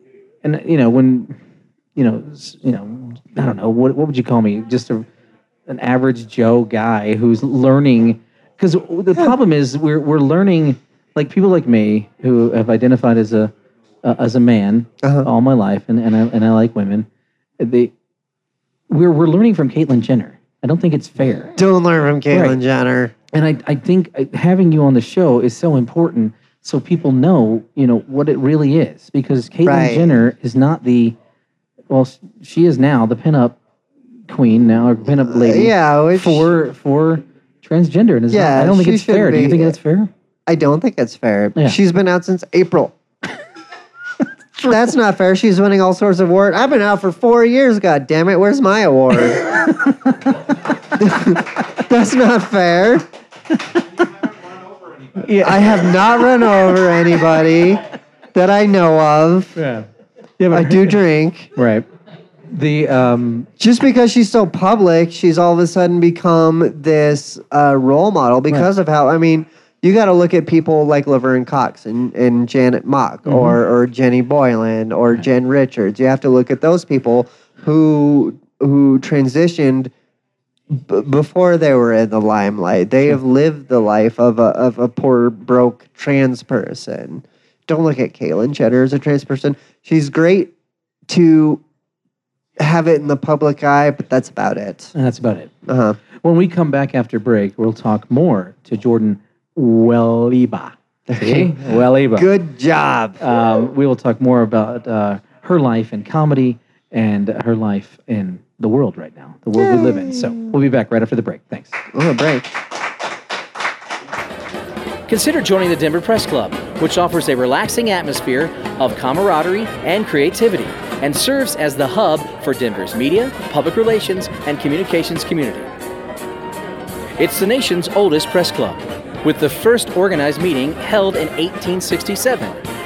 B: and you know when you know s- you know I don't know what what would you call me? Just a, an average Joe guy who's learning because the problem is we're we're learning like people like me who have identified as a uh, as a man
C: Uh-huh.
B: all my life and and I, and I like women. They we're we're learning from Caitlyn Jenner. I don't think it's fair.
C: Don't learn from Caitlyn
B: Right.
C: Jenner.
B: And I, I think uh, having you on the show is so important so people know, you know, what it really is. Because Caitlyn
C: Right.
B: Jenner is not the, well, s- she is now the pinup queen now, or pinup lady
C: Uh, Yeah, which
B: for, for transgender. And it's not-
C: Yeah,
B: I don't think
C: she
B: it's fair.
C: shouldn't
B: Do you
C: be.
B: think that's fair?
C: I don't think it's fair.
B: Yeah.
C: She's been out since April. That's not fair. She's winning all sorts of awards. I've been out for four years. God damn it! Where's my award? That's not fair. I have not run over anybody that I know of.
B: Yeah. yeah but,
C: I do drink.
B: Right. The, um,
C: Just because she's so public, she's all of a sudden become this uh, role model because of how. I mean, you got to look at people like Laverne Cox and, and Janet Mock or or Jenny Boylan or Jen Richards. You have to look at those people who who transitioned b- before they were in the limelight. They have lived the life of a of a poor broke trans person. Don't look at Caitlyn Jenner as a trans person. She's great to have it in the public eye, but that's about it.
B: and that's about it.
C: Uh-huh.
B: When we come back after break, we'll talk more to Jordan Weliba. See? Weliba.
C: Good job.
B: Um, we will talk more about uh, her life in comedy and her life in the world right now, the world we live in. So we'll be back right after the break. Thanks.
C: Oh, break.
D: Consider joining the Denver Press Club, which offers a relaxing atmosphere of camaraderie and creativity and serves as the hub for Denver's media, public relations, and communications community. It's the nation's oldest press club, with the first organized meeting held in 1867,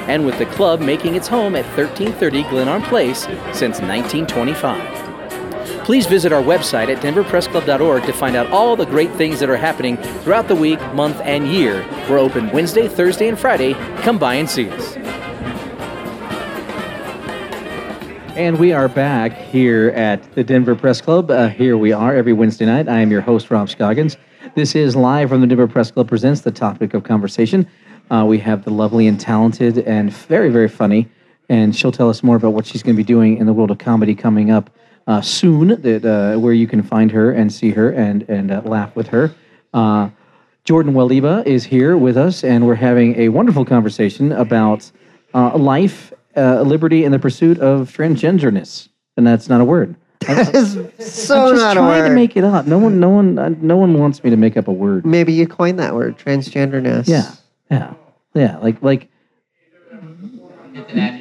D: and with the club making its home at 1330 Glenarm Place since 1925. Please visit our website at denverpressclub.org to find out all the great things that are happening throughout the week, month, and year. We're open Wednesday, Thursday, and Friday. Come by and see us.
B: And we are back here at the Denver Press Club. Uh, here we are every Wednesday night. I am your host, Rob Scoggins. This is live from the Denver Press Club presents the topic of conversation. Uh, we have the lovely and talented and very, very funny, and she'll tell us more about what she's going to be doing in the world of comedy coming up uh, soon. That uh, where you can find her and see her and and uh, laugh with her. Uh, Jordan Waliba is here with us, and we're having a wonderful conversation about uh, life, uh, liberty, and the pursuit of transgenderness. And that's not a word.
C: That is so
B: I'm just
C: not a
B: trying
C: word.
B: to make it up. No one, no one, uh, no one wants me to make up a word.
C: Maybe you coined that word, transgenderness.
B: Yeah, yeah, yeah. Like, like.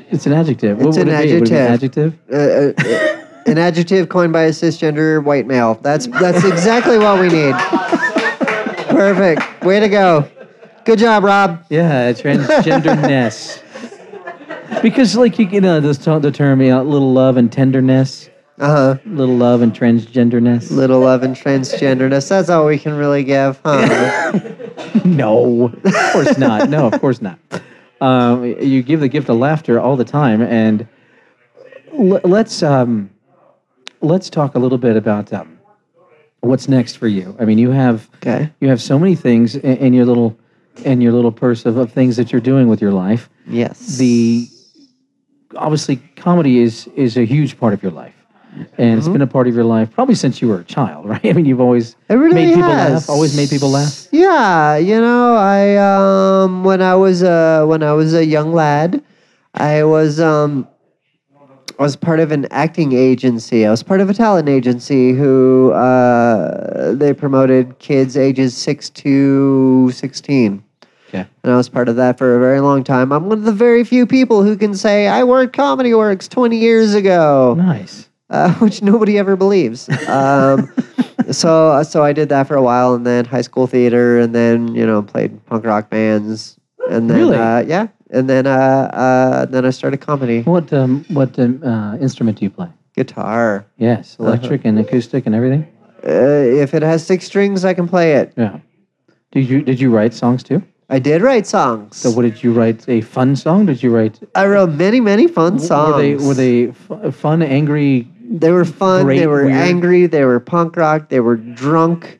B: It's an adjective. What
C: It's
B: would
C: an
B: it be? Would it be an
C: adjective.
B: adjective.
C: Uh, uh, uh, an adjective coined by a cisgender white male. That's that's exactly what we need. Perfect. Way to go. Good job, Rob.
B: Yeah, transgenderness. because like you, you know this t- the term you know, little love and tenderness,
C: Uh huh.
B: little love and transgenderness.
C: Little love and transgenderness. That's all we can really give, huh?
B: No, of course not. No, of course not. Um, you give the gift of laughter all the time, and l- let's um, let's talk a little bit about um, what's next for you. I mean, you have
C: Okay.
B: you have so many things in, in your little in your little purse of, of things that you're doing with your life.
C: Yes.
B: The obviously comedy is is a huge part of your life. And
C: Mm-hmm.
B: it's been a part of your life probably since you were a child, right? I mean, you've always
C: It really
B: made people
C: has.
B: laugh. Always made people laugh.
C: Yeah, you know, I um when I was a when I was a young lad, I was um I was part of an acting agency. I was part of a talent agency who uh they promoted kids ages 6 to 16.
B: Okay.
C: And I was part of that for a very long time. I'm one of the very few people who can say I worked Comedy Works 20 years ago
B: Nice.
C: uh, which nobody ever believes. Um, so so I did that for a while, and then high school theater, and then you know played punk rock bands, and then
B: Really?
C: uh, yeah, and then uh, uh, then I started comedy,
B: What um, what um, uh, instrument do you play? Uh-huh.
C: guitar.
B: Yes, electric and acoustic and everything.
C: Uh, if it has six strings, I can play it.
B: Yeah. Did you did you write songs too?
C: I did write songs.
B: So what did you write? A fun song? Did you write?
C: I wrote many many fun songs.
B: Were they were they fu- fun, angry?
C: They were fun. they
B: Great,
C: were
B: weird.
C: angry. They were punk rock. They were drunk.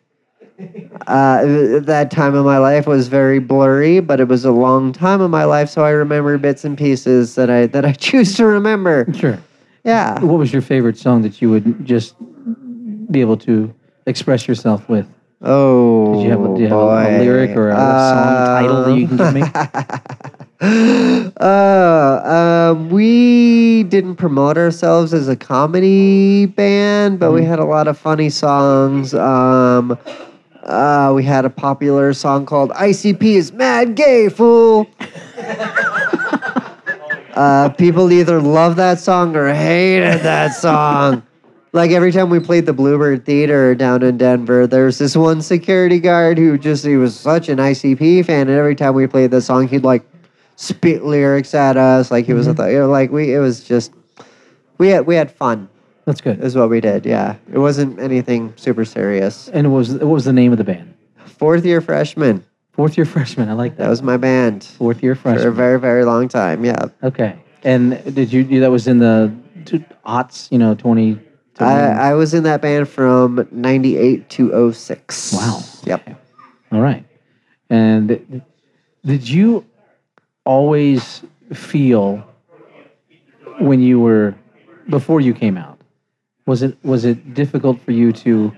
C: Uh, that time of my life was very blurry, but it was a long time of my life, so I remember bits and pieces that I that I choose to remember.
B: Sure.
C: Yeah.
B: What was your favorite song that you would just be able to express yourself with?
C: Oh.
B: Do you have, a, do you have a- a
C: boy. Um,
B: lyric or a song title that you can give me?
C: Uh, um, we didn't promote ourselves as a comedy band, but we had a lot of funny songs. Um, uh, we had a popular song called ICP is Mad Gay Fool. uh, people either love that song or hated that song. Like every time we played the Bluebird Theater down in Denver, there's this one security guard who just he was such an ICP fan, and every time we played the song, he'd like spit lyrics at us, like he was
B: Mm-hmm.
C: a th- you know, like we it was just we had we had fun
B: That's good.
C: is what we did. Yeah, it wasn't anything super serious.
B: And what was what was the name of the band?
C: Fourth year freshman,
B: Fourth year freshman. I like
C: that
B: that.
C: was my band
B: Fourth year
C: for a
B: freshman.
C: very very long time. Yeah,
B: Okay. And did you do that was in the two, aughts, you know, 20.
C: I I was in that band from '98 to 06.
B: Wow.
C: Yep.
B: All right. And did you always feel when you were before you came out? Was it was it difficult for you to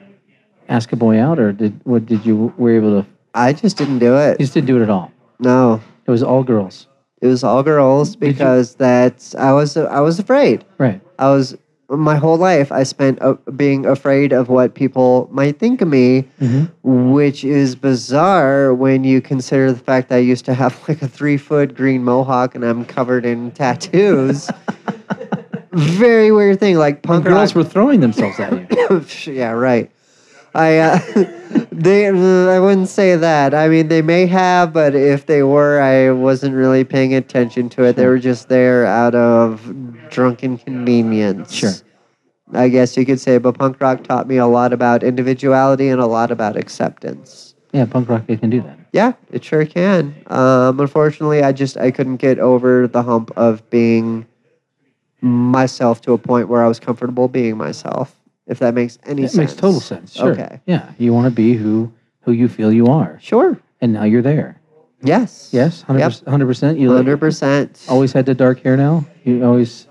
B: ask a boy out or did what did you were able to
C: I just didn't do
B: you
C: it.
B: just didn't do it at all.
C: No.
B: It was all girls.
C: It was all girls because that's I was I was afraid.
B: Right.
C: I was my whole life I spent uh, being afraid of what people might think of me,
B: Mm-hmm.
C: which is bizarre when you consider the fact that I used to have like a three foot green mohawk and I'm covered in tattoos. Very weird thing, like punk
B: Girls
C: rock-
B: were throwing themselves at you.
C: yeah, right. I uh, they uh, I wouldn't say that. I mean, they may have, but if they were, I wasn't really paying attention to it. They were just there out of drunken convenience.
B: Sure.
C: I guess you could say, but punk rock taught me a lot about individuality and a lot about acceptance.
B: Yeah, punk rock they can do that.
C: Yeah, it sure can. Um, unfortunately, I just I couldn't get over the hump of being myself to a point where I was comfortable being myself. If that makes any
B: It
C: sense.
B: makes total sense. Sure.
C: Okay.
B: Yeah, you want to be who who you feel you are,
C: Sure.
B: and now you're there.
C: Yes.
B: Yes,
C: Yep.
B: hundred percent. You
C: Hundred
B: like,
C: percent.
B: always had the dark hair. Now you always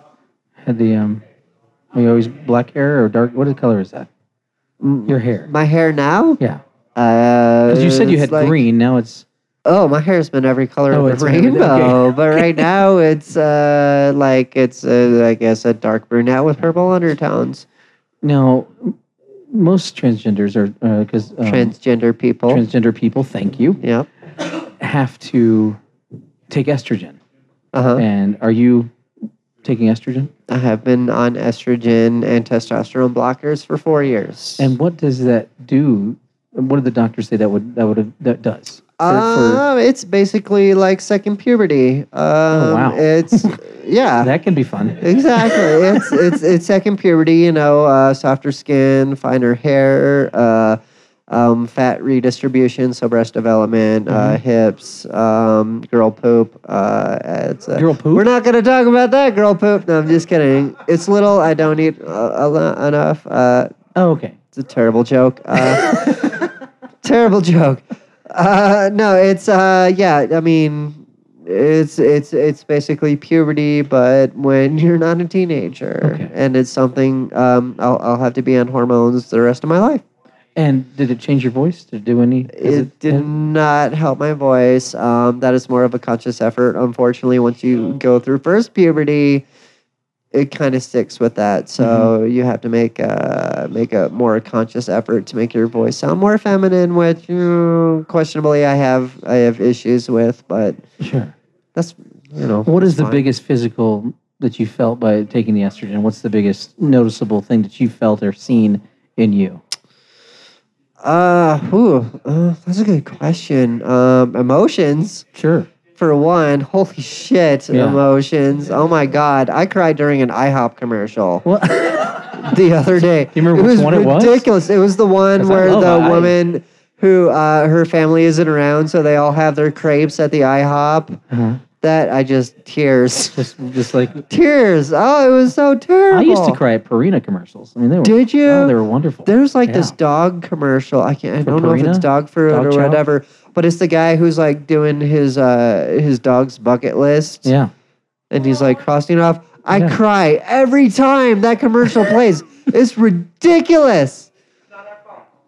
B: had the um. You always black hair or dark. What color is that? Your hair.
C: Mm, My hair now?
B: Yeah,
C: Uh,
B: because you said you
C: it's
B: had
C: like-
B: green. Now it's
C: Oh, my hair's been every color
B: Oh,
C: of
B: it's
C: the
B: every-
C: rainbow, but right now it's uh like it's uh, I guess a dark brunette with purple undertones.
B: now. m- Most transgenders are because
C: Transgender people.
B: transgender people. Thank you.
C: yep.
B: Have to take estrogen.
C: Uh huh.
B: And are you taking estrogen?
C: I have been on estrogen and testosterone blockers for four years.
B: And what does that do? What did the doctor say that would that would that does? for-
C: Um, it's basically like second puberty. Um,
B: Oh, wow.
C: It's yeah.
B: That can be fun.
C: Exactly. It's it's it's second puberty. You know, uh, softer skin, finer hair, uh, um, fat redistribution, so breast development,
B: Mm-hmm.
C: uh, hips, um, girl poop. Uh, it's, uh,
B: Girl poop?
C: We're not gonna talk about that girl poop. No, I'm just kidding. It's little. I don't eat uh, a lot- enough. Uh,
B: Oh, okay.
C: it's a terrible joke. Uh, terrible joke. Uh, no, it's uh, yeah. I mean, it's it's it's basically puberty, but when you're not a teenager,
B: Okay.
C: and it's something um, I'll I'll have to be on hormones the rest of my life.
B: And did it change your voice? Did it do any?
C: It,
B: does
C: did not help my voice. Um, that is more of a conscious effort. Unfortunately, once
B: Oh.
C: you go through first puberty, it kind of sticks with that. So
B: Mm-hmm.
C: you have to make a make a more conscious effort to make your voice sound more feminine, which mm, questionably I have I have issues with. But
B: Sure.
C: that's you know
B: What is
C: it's
B: the
C: fine.
B: biggest physical that you felt by taking the estrogen? What's the biggest noticeable thing that you felt or seen in you?
C: Uh, whew, uh, that's a good question. Um, emotions.
B: Sure.
C: for one, holy shit,
B: Yeah.
C: emotions. Oh my god, I cried during an IHOP commercial
B: Well,
C: the other day.
B: you remember
C: it
B: which
C: was
B: one it was?
C: ridiculous. It was the one
B: 'Cause I
C: where
B: love
C: the
B: IHOP.
C: woman who uh, her family isn't around, so they all have their crepes at the IHOP.
B: Uh-huh.
C: That I just tears,
B: just, just like
C: tears. Oh, it was so terrible.
B: I used to cry at Purina commercials. I mean, they were.
C: Did you?
B: Oh, they were wonderful.
C: There's like this
B: Yeah.
C: dog commercial. I can't. I
B: For
C: don't know if it's
B: Purina?
C: dog food
B: Dog
C: or
B: chow?
C: whatever, but it's the guy who's like doing his uh his dog's bucket list.
B: Yeah.
C: and he's like crossing it off. I
B: Yeah.
C: cry every time that commercial plays. It's ridiculous.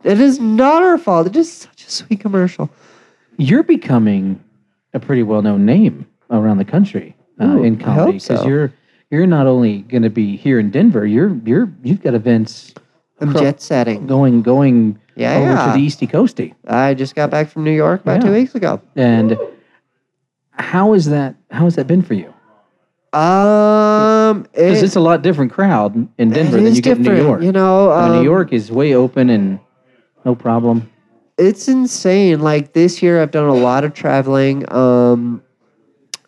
C: It is not our fault. It is such a sweet commercial.
B: You're becoming a pretty well-known name around the country uh,
C: Ooh,
B: in
C: I
B: comedy
C: hope so.
B: you're you're not only going to be here in Denver. You're you're you've got events
C: I'm
B: Cro-
C: jet setting.
B: going going
C: Yeah,
B: over
C: yeah.
B: to the Easty Coasty.
C: I just got back from New York about
B: Yeah.
C: two weeks ago.
B: And how is that? How has that been for you?
C: Um,
B: Because
C: it-
B: it's a lot different crowd in
C: it
B: Denver than
C: is
B: you get in New
C: different,
B: York.
C: You know,
B: I mean,
C: um,
B: New York is way open and no problem.
C: it's insane. Like this year, I've done a lot of traveling. Um,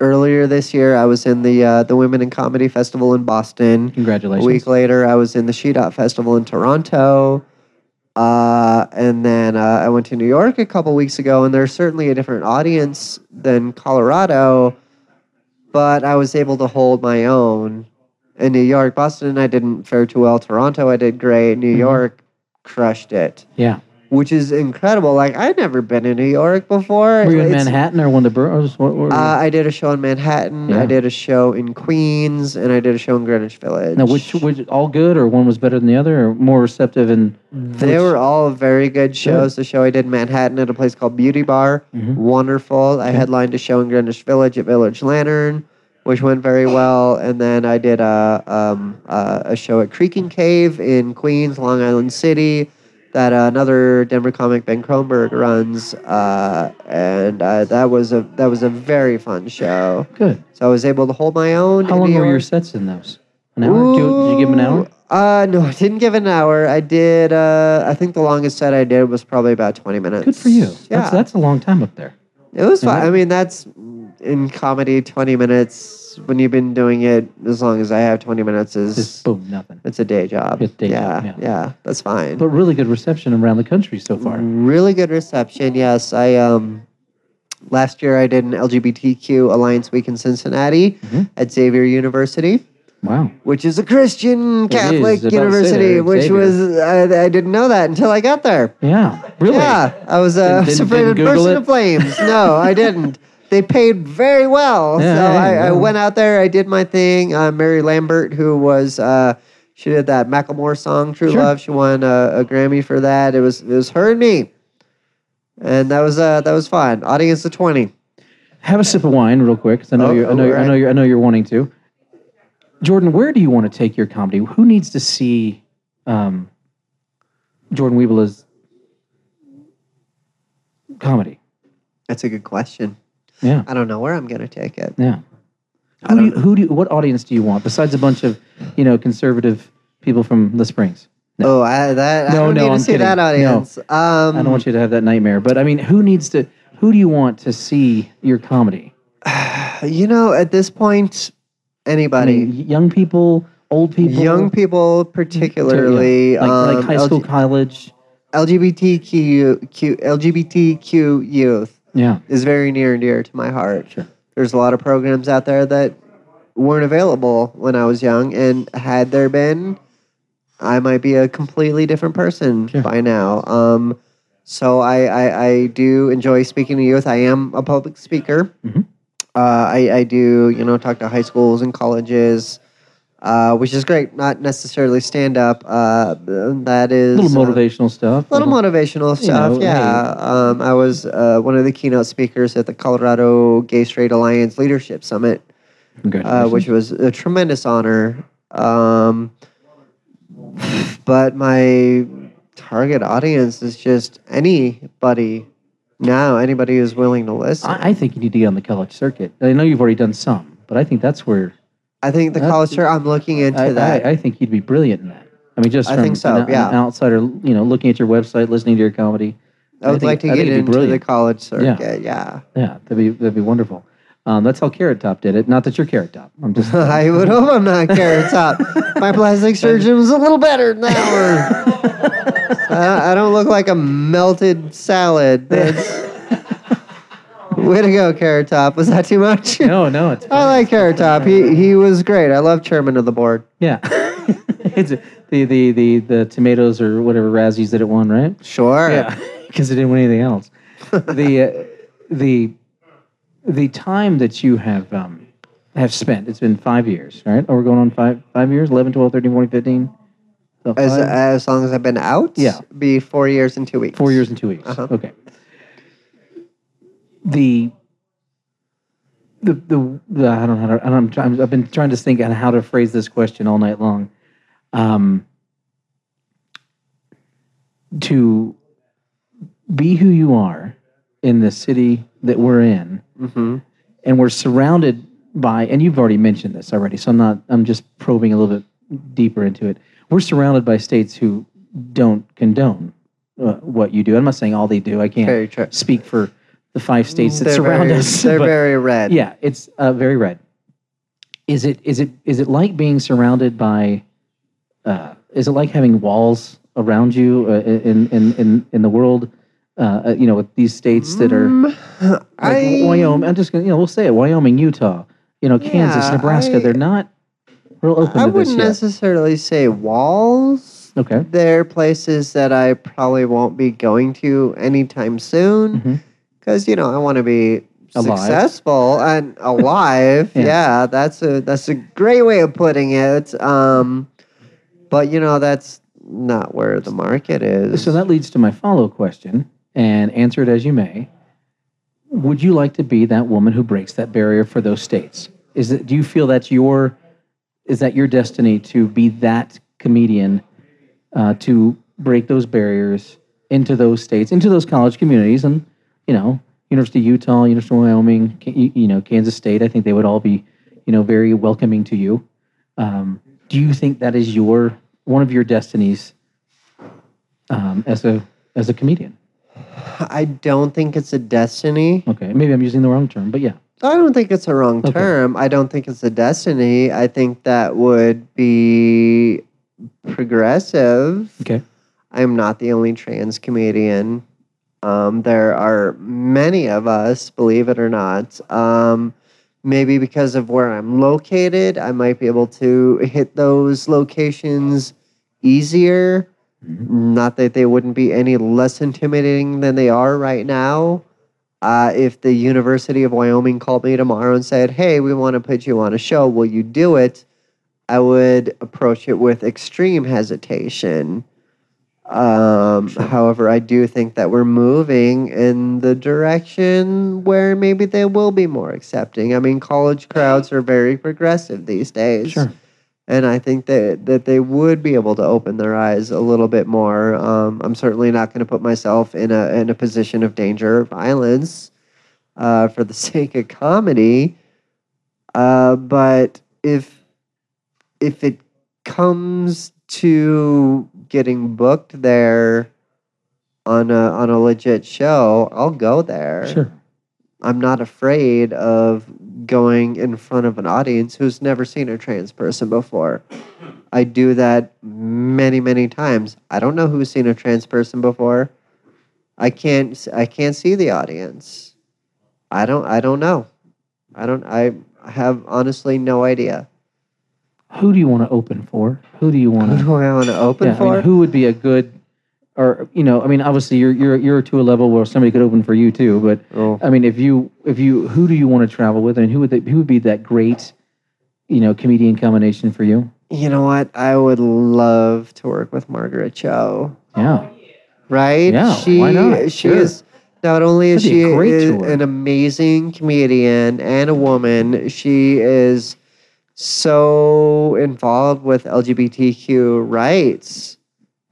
C: earlier this year, I was in the uh, the Women in Comedy Festival in Boston.
B: Congratulations.
C: A week later, I was in the She Dot Festival in Toronto. Uh, and then uh, I went to New York a couple weeks ago, and there's certainly a different audience than Colorado, but I was able to hold my own in New York. Boston, I didn't fare too well. Toronto, I did great.
B: Mm-hmm.
C: New York, crushed it,
B: Yeah.
C: which is incredible. Like, I'd never been in New York before.
B: Were you in
C: It's-
B: Manhattan or one of the boroughs? What, what,
C: Uh, I did a show in Manhattan,
B: Yeah.
C: I did a show in Queens, and I did a show in Greenwich Village.
B: now, which was all good or one was better than the other or more receptive and
C: They were all very good shows. The show I did in Manhattan at a place called Beauty Bar,
B: Mm-hmm.
C: wonderful. I headlined a show in Greenwich Village at Village Lantern, which went very well. And then I did a um, uh, a show at Creaking Cave in Queens, Long Island City, that uh, another Denver comic Ben Kronberg runs, uh, and uh, that was a that was a very fun show.
B: oh, good?
C: So I was able to hold my own.
B: How
C: in
B: long
C: New
B: were your
C: York.
B: sets in those? An hour? Two, did you give them an hour?
C: Ooh, Uh, no, I didn't give an hour. I did. Uh, I think the longest set I did was probably about twenty minutes.
B: Good for you.
C: Yeah,
B: That's, that's a long time up there.
C: it was fun.
B: yeah.
C: I mean, that's in comedy. Twenty minutes when you've been doing it as long as I have. Twenty minutes is
B: Just boom, nothing.
C: it's a day job.
B: It's day job,
C: yeah,
B: yeah.
C: that's fine.
B: But really good reception around the country so far.
C: really good reception. Yes, I um last year I did an LGBTQ Alliance Week in Cincinnati
B: Mm-hmm.
C: at Xavier University.
B: Wow.
C: which is a Christian Catholic
B: about to say
C: university,
B: that,
C: which
B: Xavier.
C: was I, I didn't know that until I got there.
B: Yeah. Really?
C: Yeah, I was, uh,
B: Didn't-
C: I was
B: didn't-
C: afraid
B: didn't
C: of
B: Google
C: bursting
B: it?
C: into flames. No, I didn't. They paid very well,
B: Yeah,
C: so
B: yeah,
C: I,
B: yeah.
C: I went out there. I did my thing. Uh, Mary Lambert, who was uh, she did that Macklemore song "True
B: Sure.
C: Love," she won a, a Grammy for that. It was it was her and me, and that was uh, that was fun. Audience of twenty.
B: Have a sip of wine real quick. 'cause I know
C: Oh,
B: you're, I
C: oh,
B: know, you're, I
C: right.
B: know you're, I know you're wanting to. Jordan, where do you want to take your comedy? Who needs to see um, Jordan Weebla's comedy?
C: That's a good question.
B: Yeah,
C: I don't know where I'm gonna take it.
B: yeah. Who do, you, who do you, what audience do you want besides a bunch of you know conservative people from the Springs?
C: Oh, I, that I
B: No,
C: don't
B: no,
C: need to
B: I'm
C: see
B: kidding.
C: that
B: No.
C: audience. Um,
B: I don't want you to have that nightmare, but I mean, who needs to? who do you want to see your comedy?
C: You know, at this point,
B: I
C: anybody,
B: mean, y- young people, old Hmm. people,
C: young people, particularly,
B: like, like
C: um,
B: high school, college.
C: LGBTQ, Q, LGBTQ youth
B: Yeah,
C: is very near and dear to my heart.
B: Sure.
C: There's a lot of programs out there that weren't available when I was young, and had there been, I might be a completely different person
B: Sure.
C: by now. Um, so I, I, I do enjoy speaking to youth. I am a public speaker.
B: Mhm.
C: Uh, I, I do, you know, talk to high schools and colleges, uh, which is great. Not necessarily stand up. Uh, that is
B: little
C: uh,
B: motivational stuff.
C: little motivational
B: Mm-hmm. you
C: stuff.
B: know,
C: yeah, um, I was uh, one of the keynote speakers at the Colorado Gay Straight Alliance Leadership Summit, uh,
B: Congratulations.
C: which was a tremendous honor. Um, but my target audience is just anybody now, anybody who's willing to listen.
B: I, I think you need to get on the college circuit. I know you've already done some, but I think that's where
C: I think the
B: That's-
C: college tour. I'm looking into
B: I,
C: that.
B: I, I think you'd be brilliant in that. I mean, just
C: I
B: from
C: think so,
B: an, an
C: yeah.
B: outsider, you know, looking at your website, listening to your comedy.
C: I, would
B: think-
C: like to
B: I think it'd
C: get
B: be
C: into the
B: brilliant.
C: college circuit. yeah.
B: Yeah, that'd be that'd be wonderful. Um, that's how Carrot Top did it. Not that you're Carrot Top. I'm just
C: I would hope I'm not carrot top. My plastic surgeon was a little better than that one. Uh, I, I don't look like a melted salad. That's way to go, carrot top. Was that too much?
B: no, no. It's
C: I like carrot top. He he was great. I love chairman of the board.
B: yeah. it's the, the the the tomatoes or whatever Razzies that it won, right?
C: Sure.
B: Yeah, because it didn't win anything else. the uh, the the time that you have um, have spent, it's been five years, right? Oh, we're going on five five years, 11, 12, 13, 14, 15? So
C: As
B: five-
C: as long as I've been out.
B: Yeah.
C: Be four years and two weeks.
B: Four years and two weeks.
C: Uh-huh.
B: Okay. The the, the the I don't know how to, and I'm trying, I've been trying to think on how to phrase this question all night long. Um, to be who you are in the city that we're in,
C: Mm-hmm.
B: and we're surrounded by and you've already mentioned this already so i'm not i'm just probing a little bit deeper into it we're surrounded by states who don't condone uh, what you do i'm not saying all they do i can't
C: Very true.
B: speak for the five states that
C: They're
B: surround
C: very-
B: us
C: They're
B: but-
C: very red.
B: yeah it's uh, very red is it is it is it like being surrounded by uh, is it like having walls around you uh, in in in in the world uh, uh, you know with these states that are
C: Mm,
B: like
C: I,
B: Wyoming. I'm just gonna, you know, we'll say it. Wyoming, Utah, you know, Kansas,
C: Yeah,
B: Nebraska.
C: I-
B: they're not real open
C: I
B: to this
C: wouldn't
B: yet.
C: necessarily say walls.
B: Okay.
C: There are places that I probably won't be going to anytime soon
B: Mhm.
C: because you know I want to be
B: Alive.
C: successful and alive.
B: Yeah.
C: yeah. that's a that's a great way of putting it. Um, but you know that's not where the market is.
B: So that leads to my follow question, and answer it as you may. Would you like to be that woman who breaks that barrier for those states? Is it? Do you feel that's your? Is that your destiny to be that comedian, uh, to break those barriers into those states, into those college communities, and you know, University of Utah, University of Wyoming, K- you you know, Kansas State. I think they would all be, you know, very welcoming to you. Um, do you think that is your one of your destinies um, as a as a comedian?
C: I don't think it's a destiny.
B: Okay, maybe I'm using the wrong term, but yeah,
C: I don't think it's a wrong
B: Okay.
C: term. I don't think it's a destiny. I think that would be progressive.
B: okay,
C: I'm not the only trans comedian. Um, there are many of us, believe it or not. Um, maybe because of where I'm located, I might be able to hit those locations easier. Not that they wouldn't be any less intimidating than they are right now. Uh, if the University of Wyoming called me tomorrow and said, "Hey, we want to put you on a show. Will you do it?" I would approach it with extreme hesitation. Um, However, I do think that we're moving in the direction where maybe they will be more accepting. I mean, college crowds are very progressive these days,
B: sure,
C: and I think that that they would be able to open their eyes a little bit more. Um, I'm certainly not going to put myself in a in a position of danger or violence uh, for the sake of comedy, uh, but if if it comes to getting booked there, on a on a legit show, I'll go there.
E: Sure.
C: I'm not afraid of going in front of an audience who's never seen a trans person before. I do that many, many times. I don't know who's seen a trans person before. I can't s- I can't see the audience. I don't I don't know. I don't I have honestly no idea.
B: Who do you want to open for? Who do you want
C: Who
B: to?
C: do I want to open
B: Yeah, I
C: for?
B: mean, who would be a good, or you know, I mean, obviously you're you're you're to a level where somebody could open for you too. But
C: Oh.
B: I mean, if you if you who do you want to travel with, and who would they, who would be that great, you know, comedian combination for you?
C: You know what? I would love to work with Margaret Cho.
B: Yeah,
C: right?
B: Yeah,
C: she
B: why not?
C: she
B: Sure.
C: is not only is
B: That'd be
C: she
B: a great
C: is
B: tour.
C: an amazing comedian and a woman, she is so involved with LGBTQ rights.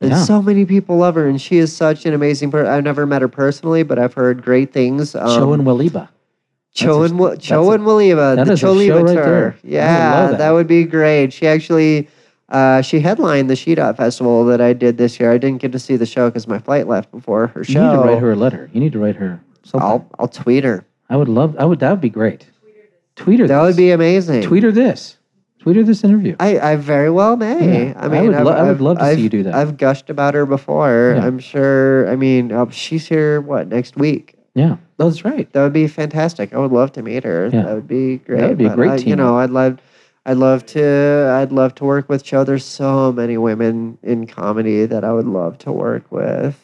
C: And
B: Yeah.
C: so many people love her, and she is such an amazing person. I've never met her personally, but I've heard great things. Um,
B: Cho and Waliba.
C: Cho
B: That's a-
C: and Wa- Cho
B: that's a-
C: and Waliva,
B: that
C: the
B: is a
C: Cho
B: show right
C: tour.
B: there. I would
C: Yeah,
B: love
C: that.
B: that.
C: would be great. She actually, uh, she headlined the She Dot Festival that I did this year. I didn't get to see the show because my flight left before her
B: You need to
C: show.
B: write her a letter. You need to write her. Something.
C: I'll I'll tweet her.
B: I would love. I would. That would be great. Tweet her.
C: That
B: this.
C: would be amazing.
B: Tweet her this. Tweet her this interview.
C: I, I very well may.
B: Yeah,
C: I
B: I
C: mean,
B: would
C: I've-
B: lo- I would
C: I've-
B: love to see
C: I've-
B: you do that.
C: I've gushed about her before.
B: Yeah.
C: I'm sure. I mean, uh, she's here what next week.
B: yeah, Oh, that's right.
C: That would be fantastic. I would love to meet her.
B: Yeah.
C: That would be great.
B: would be a
C: But
B: great
C: I, You
B: team
C: know, I'd love, I'd love to, I'd love to work with Cho. There's so many women in comedy that I would love to work with,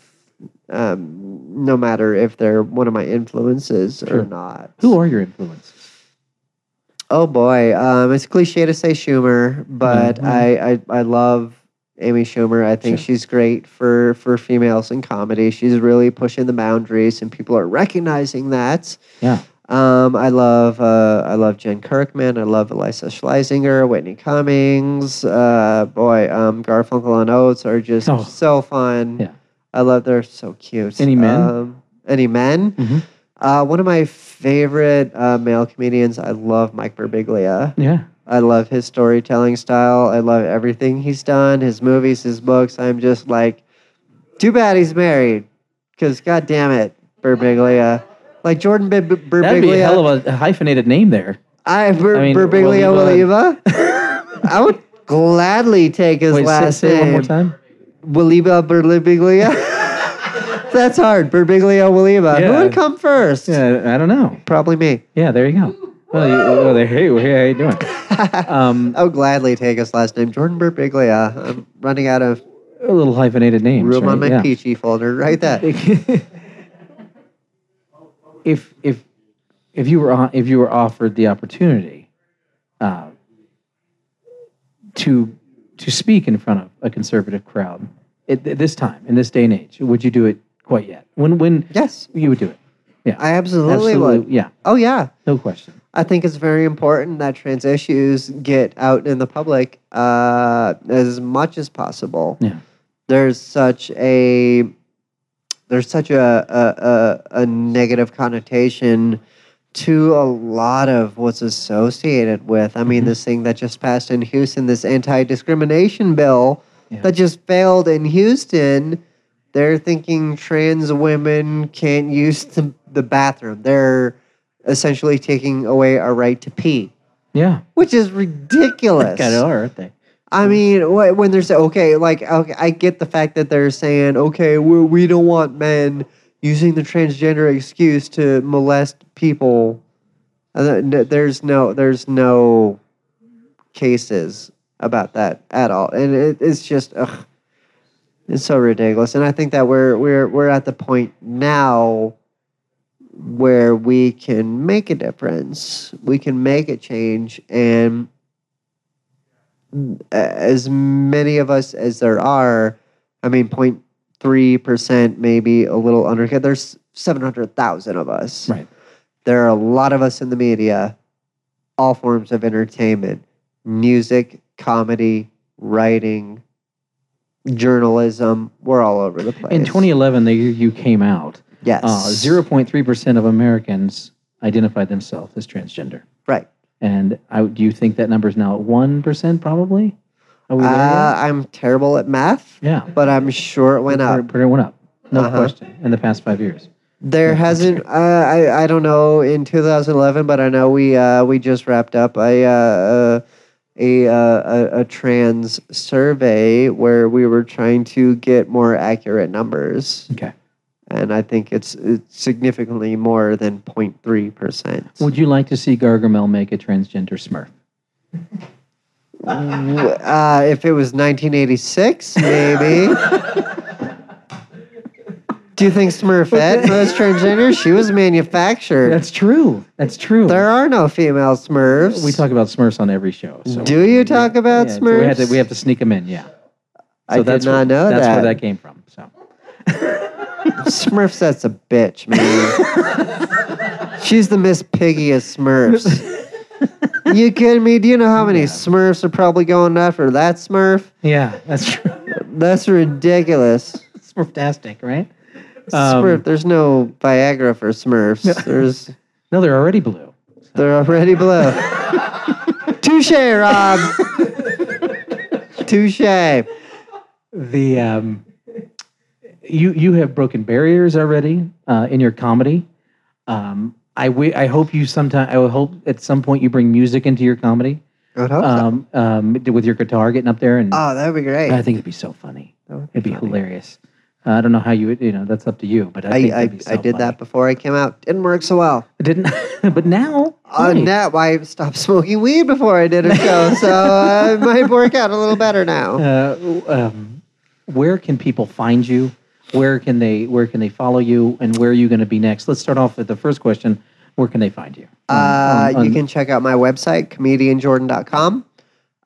C: um, no matter if they're one of my influences or
B: Sure.
C: not.
B: Who are your influences?
C: Oh boy, um, it's cliche to say Schumer, but
B: Mhm.
C: I, I I love Amy Schumer. I think
B: Sure.
C: she's great for for females in comedy. She's really pushing the boundaries, and people are recognizing that.
B: Yeah.
C: Um, I love uh, I love Jen Kirkman. I love Elisa Schlesinger, Whitney Cummings. Uh, boy, um, Garfunkel and Oates are just
B: Oh.
C: so fun.
B: Yeah.
C: I love. They're so cute.
B: Any men?
C: Um, any men?
B: Mhm.
C: Uh, one of my favorite uh, male comedians. I love Mike Birbiglia.
B: Yeah.
C: I love his storytelling style. I love everything he's done, his movies, his books. I'm just like, too bad he's married, because god damn it, Birbiglia. Like Jordan Bib- Birbiglia.
B: That'd be a hell of a hyphenated name there.
C: I, Bir-
B: I mean,
C: Birbiglia
B: Waliva-
C: Waliva. I would gladly take his
B: Wait, say,
C: last
B: say it one more
C: name.
B: time.
C: Waliba Birbiglia. That's hard. Birbiglia Waliba. Who
B: Yeah.
C: would come first?
B: Yeah, I don't know.
C: Probably me.
B: Yeah, there you go. Well, you, well there, hey, hey, how you doing? Um,
C: I would Oh, gladly take his last name, Jordan Birbiglia. I'm running out of
B: a little hyphenated name.
C: room
B: right?
C: on my
B: yeah.
C: peachy folder. Write that.
B: if if if you were on, if you were offered the opportunity uh, to to speak in front of a conservative crowd at th- this time in this day and age, would you do it quite yet? When when
C: Yes,
B: you would do it? Yeah,
C: I absolutely, would.
B: Yeah,
C: Oh yeah,
B: no question.
C: I think it's very important that trans issues get out in the public uh, as much as possible.
B: Yeah.
C: There's such a there's such a a, a, a negative connotation to a lot of what's associated with. I mean, this thing that just passed in Houston, this anti-discrimination bill
B: Yeah.
C: that just failed in Houston. They're thinking trans women can't use the, the bathroom. They're essentially taking away our right to pee,
B: Yeah,
C: which is ridiculous.
B: kind of are, aren't they?
C: I mean, wh- when they're saying, okay, like, okay, I get the fact that they're saying, okay, we, we don't want men using the transgender excuse to molest people. And th- n- There's no, there's no cases about that at all, and it, it's just, ugh, it's so ridiculous. And I think that we're we're we're at the point now where we can make a difference, we can make a change, and as many of us as there are, I mean, 0.3%, maybe a little under. There's 700,000 of us.
B: Right.
C: There are a lot of us in the media, all forms of entertainment, music, comedy, writing, journalism. We're all over the place.
B: In 2011, the year you came out,
C: yes.
B: uh, 0.3% of Americans identified themselves as transgender.
C: Right.
B: And I, do you think that number is now at 1% probably? Are we there
C: Uh,
B: yet?
C: I'm terrible at math,
B: Yeah.
C: but I'm sure it went
B: Pretty-
C: up.
B: pretty went up. no
C: Uh-huh.
B: question, in the past five years.
C: There hasn't. Uh, I I don't know in 2011, but I know we uh, we just wrapped up a uh, a, a, uh, a a trans survey where we were trying to get more accurate numbers,
B: Okay.
C: and I think it's, it's significantly more than 0.3 percent.
B: Would you like to see Gargamel make a transgender Smurf?
C: Uh, if it was 1986, maybe. Do you think Smurfette was transgender? She was manufactured.
B: true. That's true.
C: there are no female Smurfs.
B: we talk about Smurfs on every show. So
C: Do you talk about
B: Yeah, so
C: Smurfs?
B: we, have to, we have to sneak them in, yeah.
C: I did
B: that's
C: not
B: where,
C: know
B: that's
C: that.
B: where that came from. So
C: Smurfs, that's a bitch, man. She's the Miss Piggy of Smurfs. you kidding me? Do you know how many Smurfs are probably going after that Smurf?
B: yeah, that's true.
C: That's ridiculous.
B: Smurftastic, right? Um,
C: Smurf, there's no Viagra for Smurfs. There's
B: No, they're already blue.
C: they're already blue. Touche, Rob. Touche.
B: the um, you you have broken barriers already uh, in your comedy. Um, I wi- I hope you sometime I would hope at some point you bring music into your comedy um, um, d- with your guitar getting up there and
C: Oh, that'd be great.
B: I think it'd be so funny.
C: That would be
B: It'd be
C: funny.
B: hilarious. Uh, I don't know how you would you know that's up to you, but I
C: I,
B: think
C: I,
B: that'd be so
C: I did
B: funny.
C: that before I came out. Didn't work so well.
B: I didn't but now
C: On
B: hey,
C: that, why I stopped smoking weed before I did a show, so uh, it might work out a little better now.
B: uh, um, where can people find you? Where can they where can they follow you? And where are you going to be next? Let's start off with the first question. Where can they find you? On-
C: Uh,
B: on- on-
C: you can check out my website, comedianjordan.com.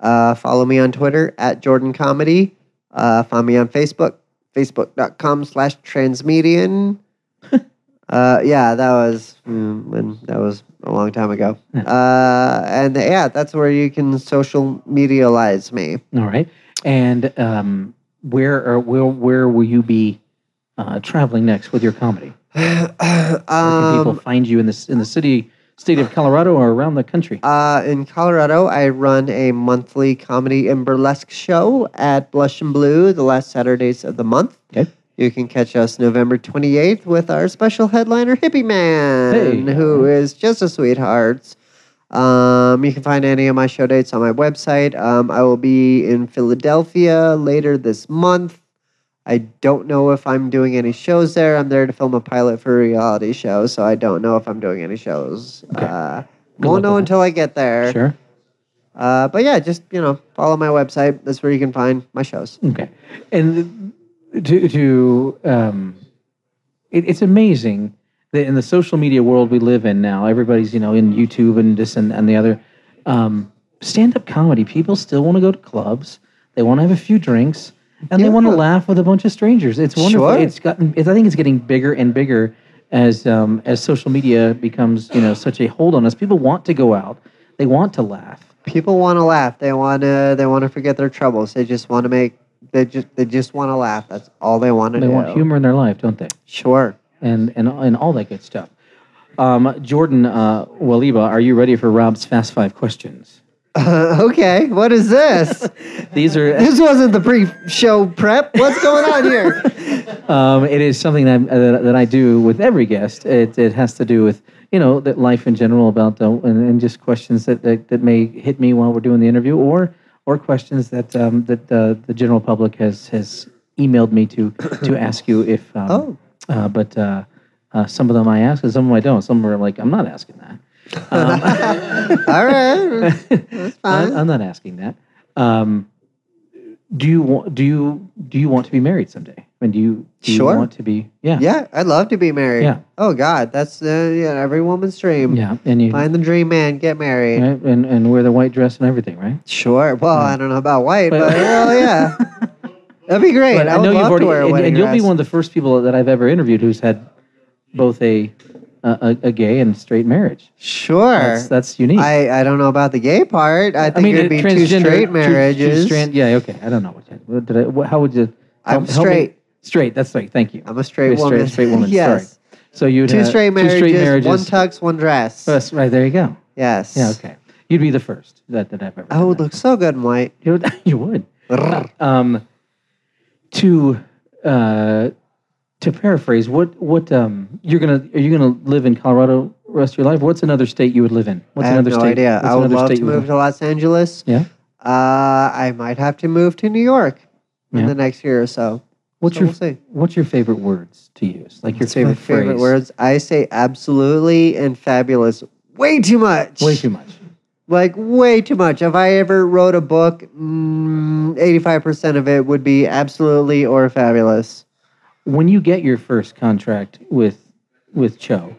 C: Uh, follow me on Twitter at Jordan Comedy. Uh, find me on Facebook, facebook.com slash transmedian. uh, yeah, that was mm, when that was a long time ago. Uh, and yeah, that's where you can social medialize me.
B: All right. And um, where or where where will you be uh, traveling next with your comedy? Where can
C: um,
B: people find you in this in the city state of Colorado or around the country?
C: Uh, in Colorado, I run a monthly comedy and burlesque show at Blush and Blue the last Saturdays of the month.
B: Okay.
C: You can catch us November 28th with our special headliner, Hippie Man,
B: Hey.
C: who is just a sweetheart. Um, you can find any of my show dates on my website. Um, I will be in Philadelphia later this month. I don't know if I'm doing any shows there. I'm there to film a pilot for a reality show, so I don't know if I'm doing any shows. Uh,
B: luck
C: won't
B: with
C: know
B: that.
C: until I get there.
B: Sure.
C: Uh, but yeah, just you know, follow my website. That's where you can find my shows.
B: Okay. And to to um, it, it's amazing that in the social media world we live in now, everybody's you know in YouTube and this and, and the other. Um, Stand up comedy, people still want to go to clubs. They want to have a few drinks, and they want to
C: Yeah.
B: laugh with a bunch of strangers. It's wonderful.
C: Sure.
B: It's gotten. It's, I think it's getting bigger and bigger as um, as social media becomes you know such a hold on us. People want to go out. They want to laugh.
C: People want to laugh. They want to. They want to forget their troubles. They just want to make. They just. They just want to laugh. That's all they want to
B: They
C: do.
B: want humor in their life, don't they?
C: Sure.
B: and and and all that good stuff. Um, Jordan uh, Waliba, are you ready for Rob's fast five questions?
C: okay. What is this?
B: These are
C: this wasn't the pre-show prep. What's going on here?
B: um, it is something that, uh, that that I do with every guest. It it has to do with you know that life in general about the and, and just questions that, that that may hit me while we're doing the interview or or questions that um, that uh, the general public has has emailed me to to ask you if um,
C: Oh.
B: uh, but uh, uh, some of them I ask and some of them I don't. Some are like I'm not asking that.
C: all right. That's fine.
B: I'm, I'm not asking that. Um, do you want? Do you do you want to be married someday? I mean, do you, do you
C: Sure.
B: want to be? Yeah.
C: yeah, I'd love to be married.
B: Yeah.
C: Oh God, that's uh, yeah, every woman's dream.
B: Yeah. And you
C: Find the dream man, get married.
B: right? and and wear the white dress and everything, right?
C: Sure. Well, I don't know about white, but
B: But-
C: well, yeah, that'd be great. I, would love to wear a
B: and,
C: wedding
B: and you'll be
C: dress.
B: one of the first people that I've ever interviewed who's had both a a, a, a gay and straight marriage.
C: Sure.
B: That's that's unique.
C: I, I don't know about the gay part. I think
B: I mean, uh,
C: it'd be two straight marriages.
B: tran- yeah, okay. I don't know what. that- what Did I, what, how would you?
C: I'm
B: help- help me-
C: straight.
B: Straight. That's right. Thank you.
C: I'm a straight
B: You're
C: woman.
B: Straight, straight woman.
C: Yes.
B: Sorry. So you
C: two, straight marriages,
B: Two straight marriages.
C: one tux, one dress.
B: That's right. There you go.
C: Yes.
B: Yeah. Okay. You'd be the first that, that I've ever.
C: I would
B: done
C: Oh, look so good in white.
B: that. You would. You would.
C: Brrr.
B: Um, to uh, to paraphrase, what what um you're gonna are you gonna live in Colorado rest of your life? What's another state you would live in? What's
C: I have
B: another
C: no
B: state?
C: idea.
B: what's
C: I would
B: another
C: love
B: state
C: to
B: you
C: move to Los Angeles.
B: Yeah.
C: Uh, I might have to move to New York in
B: Yeah.
C: the next year or so.
B: What's
C: So
B: your
C: we'll see.
B: What's your favorite words to use? Like your
C: It's
B: favorite
C: my favorite
B: phrase?
C: words. I say absolutely and fabulous way too much.
B: Way too much.
C: Like way too much. If I ever wrote a book, mm, eighty-five percent of it would be absolutely or fabulous.
B: When you get your first contract with with Cho,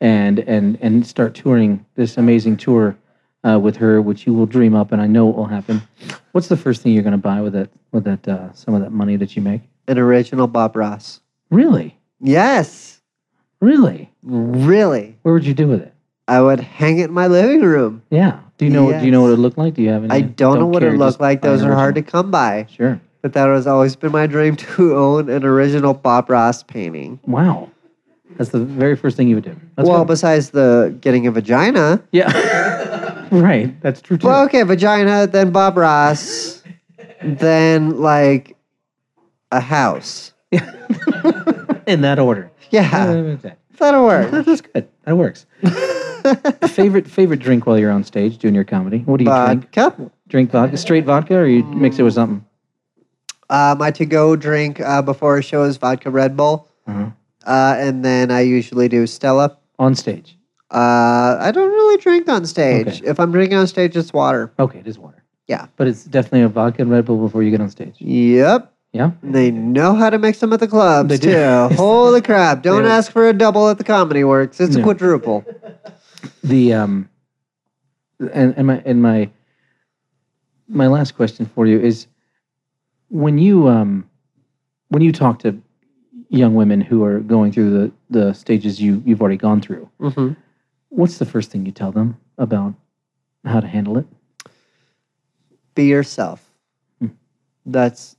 B: and and and start touring this amazing tour uh, with her, which you will dream up, and I know it will happen. What's the first thing you're going to buy with that with that uh, some of that money that you make?
C: An original Bob Ross.
B: Really,
C: Yes,
B: really.
C: really.
B: Where would you do with it?
C: I would hang it in my living room.
B: Yeah. Do you know? Do you know what it looked like? Do you have any?
C: I don't, know what
B: care,
C: it looked
B: just
C: like.
B: buy an
C: Those are hard to
B: original.
C: come by.
B: Sure.
C: But that has always been my dream to own an original Bob Ross painting.
B: Wow. That's the very first thing you would do. That's
C: well,
B: good.
C: besides the getting a vagina.
B: yeah. right. That's true too.
C: Well, okay, vagina, then Bob Ross, then like a house.
B: In that order.
C: Yeah,
B: That-
C: that'll work.
B: That's good. That works. favorite favorite drink while you're on stage doing your comedy. What do you drink?
C: Vodka.
B: Drink vodka, straight vodka, or you mix it with something?
C: Uh, my to-go drink uh, before a show is vodka Red Bull,
B: Uh-huh.
C: uh, and then I usually do Stella.
B: On stage.
C: Uh, I don't really drink on stage.
B: Okay.
C: If I'm drinking on stage, it's water.
B: Okay, it is water.
C: Yeah.
B: But it's definitely a vodka and Red Bull before you get on stage.
C: Yep.
B: Yeah.
C: They know how to mix them at the clubs
B: They do.
C: too. Holy crap! Don't
B: They-
C: ask for a double at the Comedy Works. It's
B: No.
C: a quadruple.
B: the um and, and my and my my last question for you is when you um when you talk to young women who are going through the the stages you you've already gone through
C: Mm-hmm.
B: what's the first thing you tell them about how to handle it
C: Be yourself.
B: Hmm.
C: That's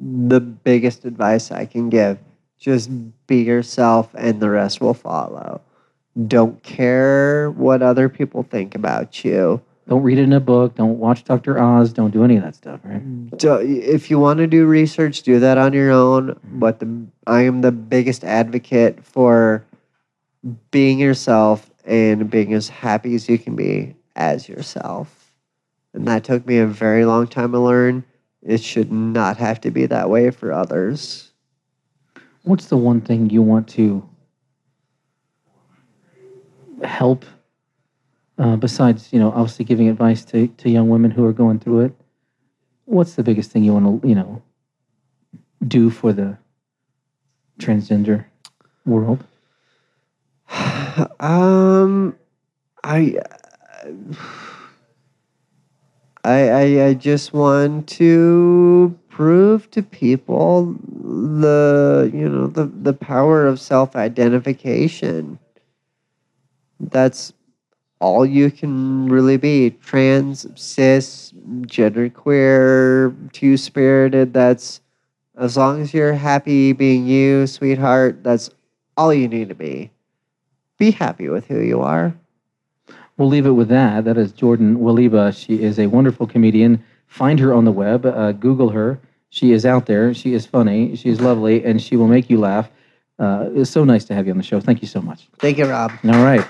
C: the biggest advice I can give. Just be yourself, and the rest will follow. Don't care what other people think about you.
B: don't read it in a book don't watch dr oz don't do any of that stuff right
C: do, if you want to do research, do that on your own. But the, I am the biggest advocate for being yourself and being as happy as you can be as yourself. And that took me a very long time to learn. It should not have to be that way for others.
B: what's the one thing you want to help uh, besides you know obviously giving advice to, to young women who are going through it what's the biggest thing you want to you know do for the transgender world
C: Um, I, I, I, I just want to prove to people the you know the the power of self identification. That's all you can really be trans, cis, genderqueer, two spirited. That's as long as you're happy being you, sweetheart. That's all you need to be be happy with who you are.
B: We'll leave it with that. That is Jordan Waliba. She is a wonderful comedian. Find her on the web. Uh, Google her. She is out there. She is funny. She is lovely, and she will make you laugh. Uh, it's so nice to have you on the show. Thank you so much.
C: Thank you, Rob.
B: All right.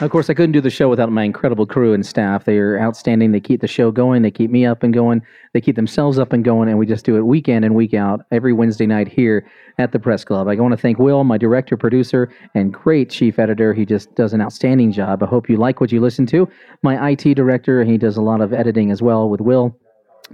B: Of course, I couldn't do the show without my incredible crew and staff. They are outstanding. They keep the show going. They keep me up and going. They keep themselves up and going. And we just do it week in and week out every Wednesday night here at the Press Club. I want to thank Will, my director, producer, and great chief editor. He just does an outstanding job. I hope you like what you listen to. My IT director, he does a lot of editing as well with Will.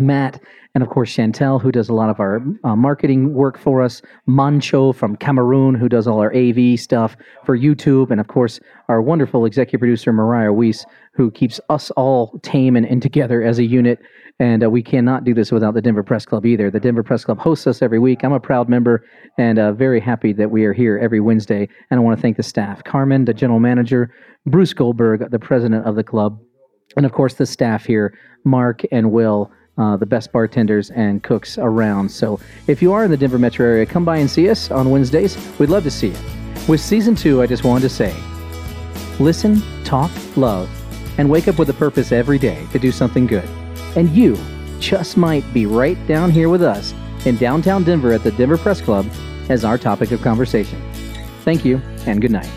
B: Matt, and of course Chantel, who does a lot of our uh, marketing work for us. Mancho from Cameroon, who does all our AV stuff for YouTube, and of course our wonderful executive producer Mariah Weiss, who keeps us all tame and, and together as a unit. And uh, we cannot do this without the Denver Press Club either. The Denver Press Club hosts us every week. I'm a proud member and uh, very happy that we are here every Wednesday. And I want to thank the staff, Carmen, the general manager, Bruce Goldberg, the president of the club and of course the staff here, Mark and Will, uh, the best bartenders and cooks around. So if you are in the Denver metro area, come by and see us on Wednesdays. We'd love to see you. With season two, I just wanted to say listen, talk, love, and wake up with a purpose every day to do something good. And you just might be right down here with us in downtown Denver at the Denver Press Club as our topic of conversation. Thank you and good night.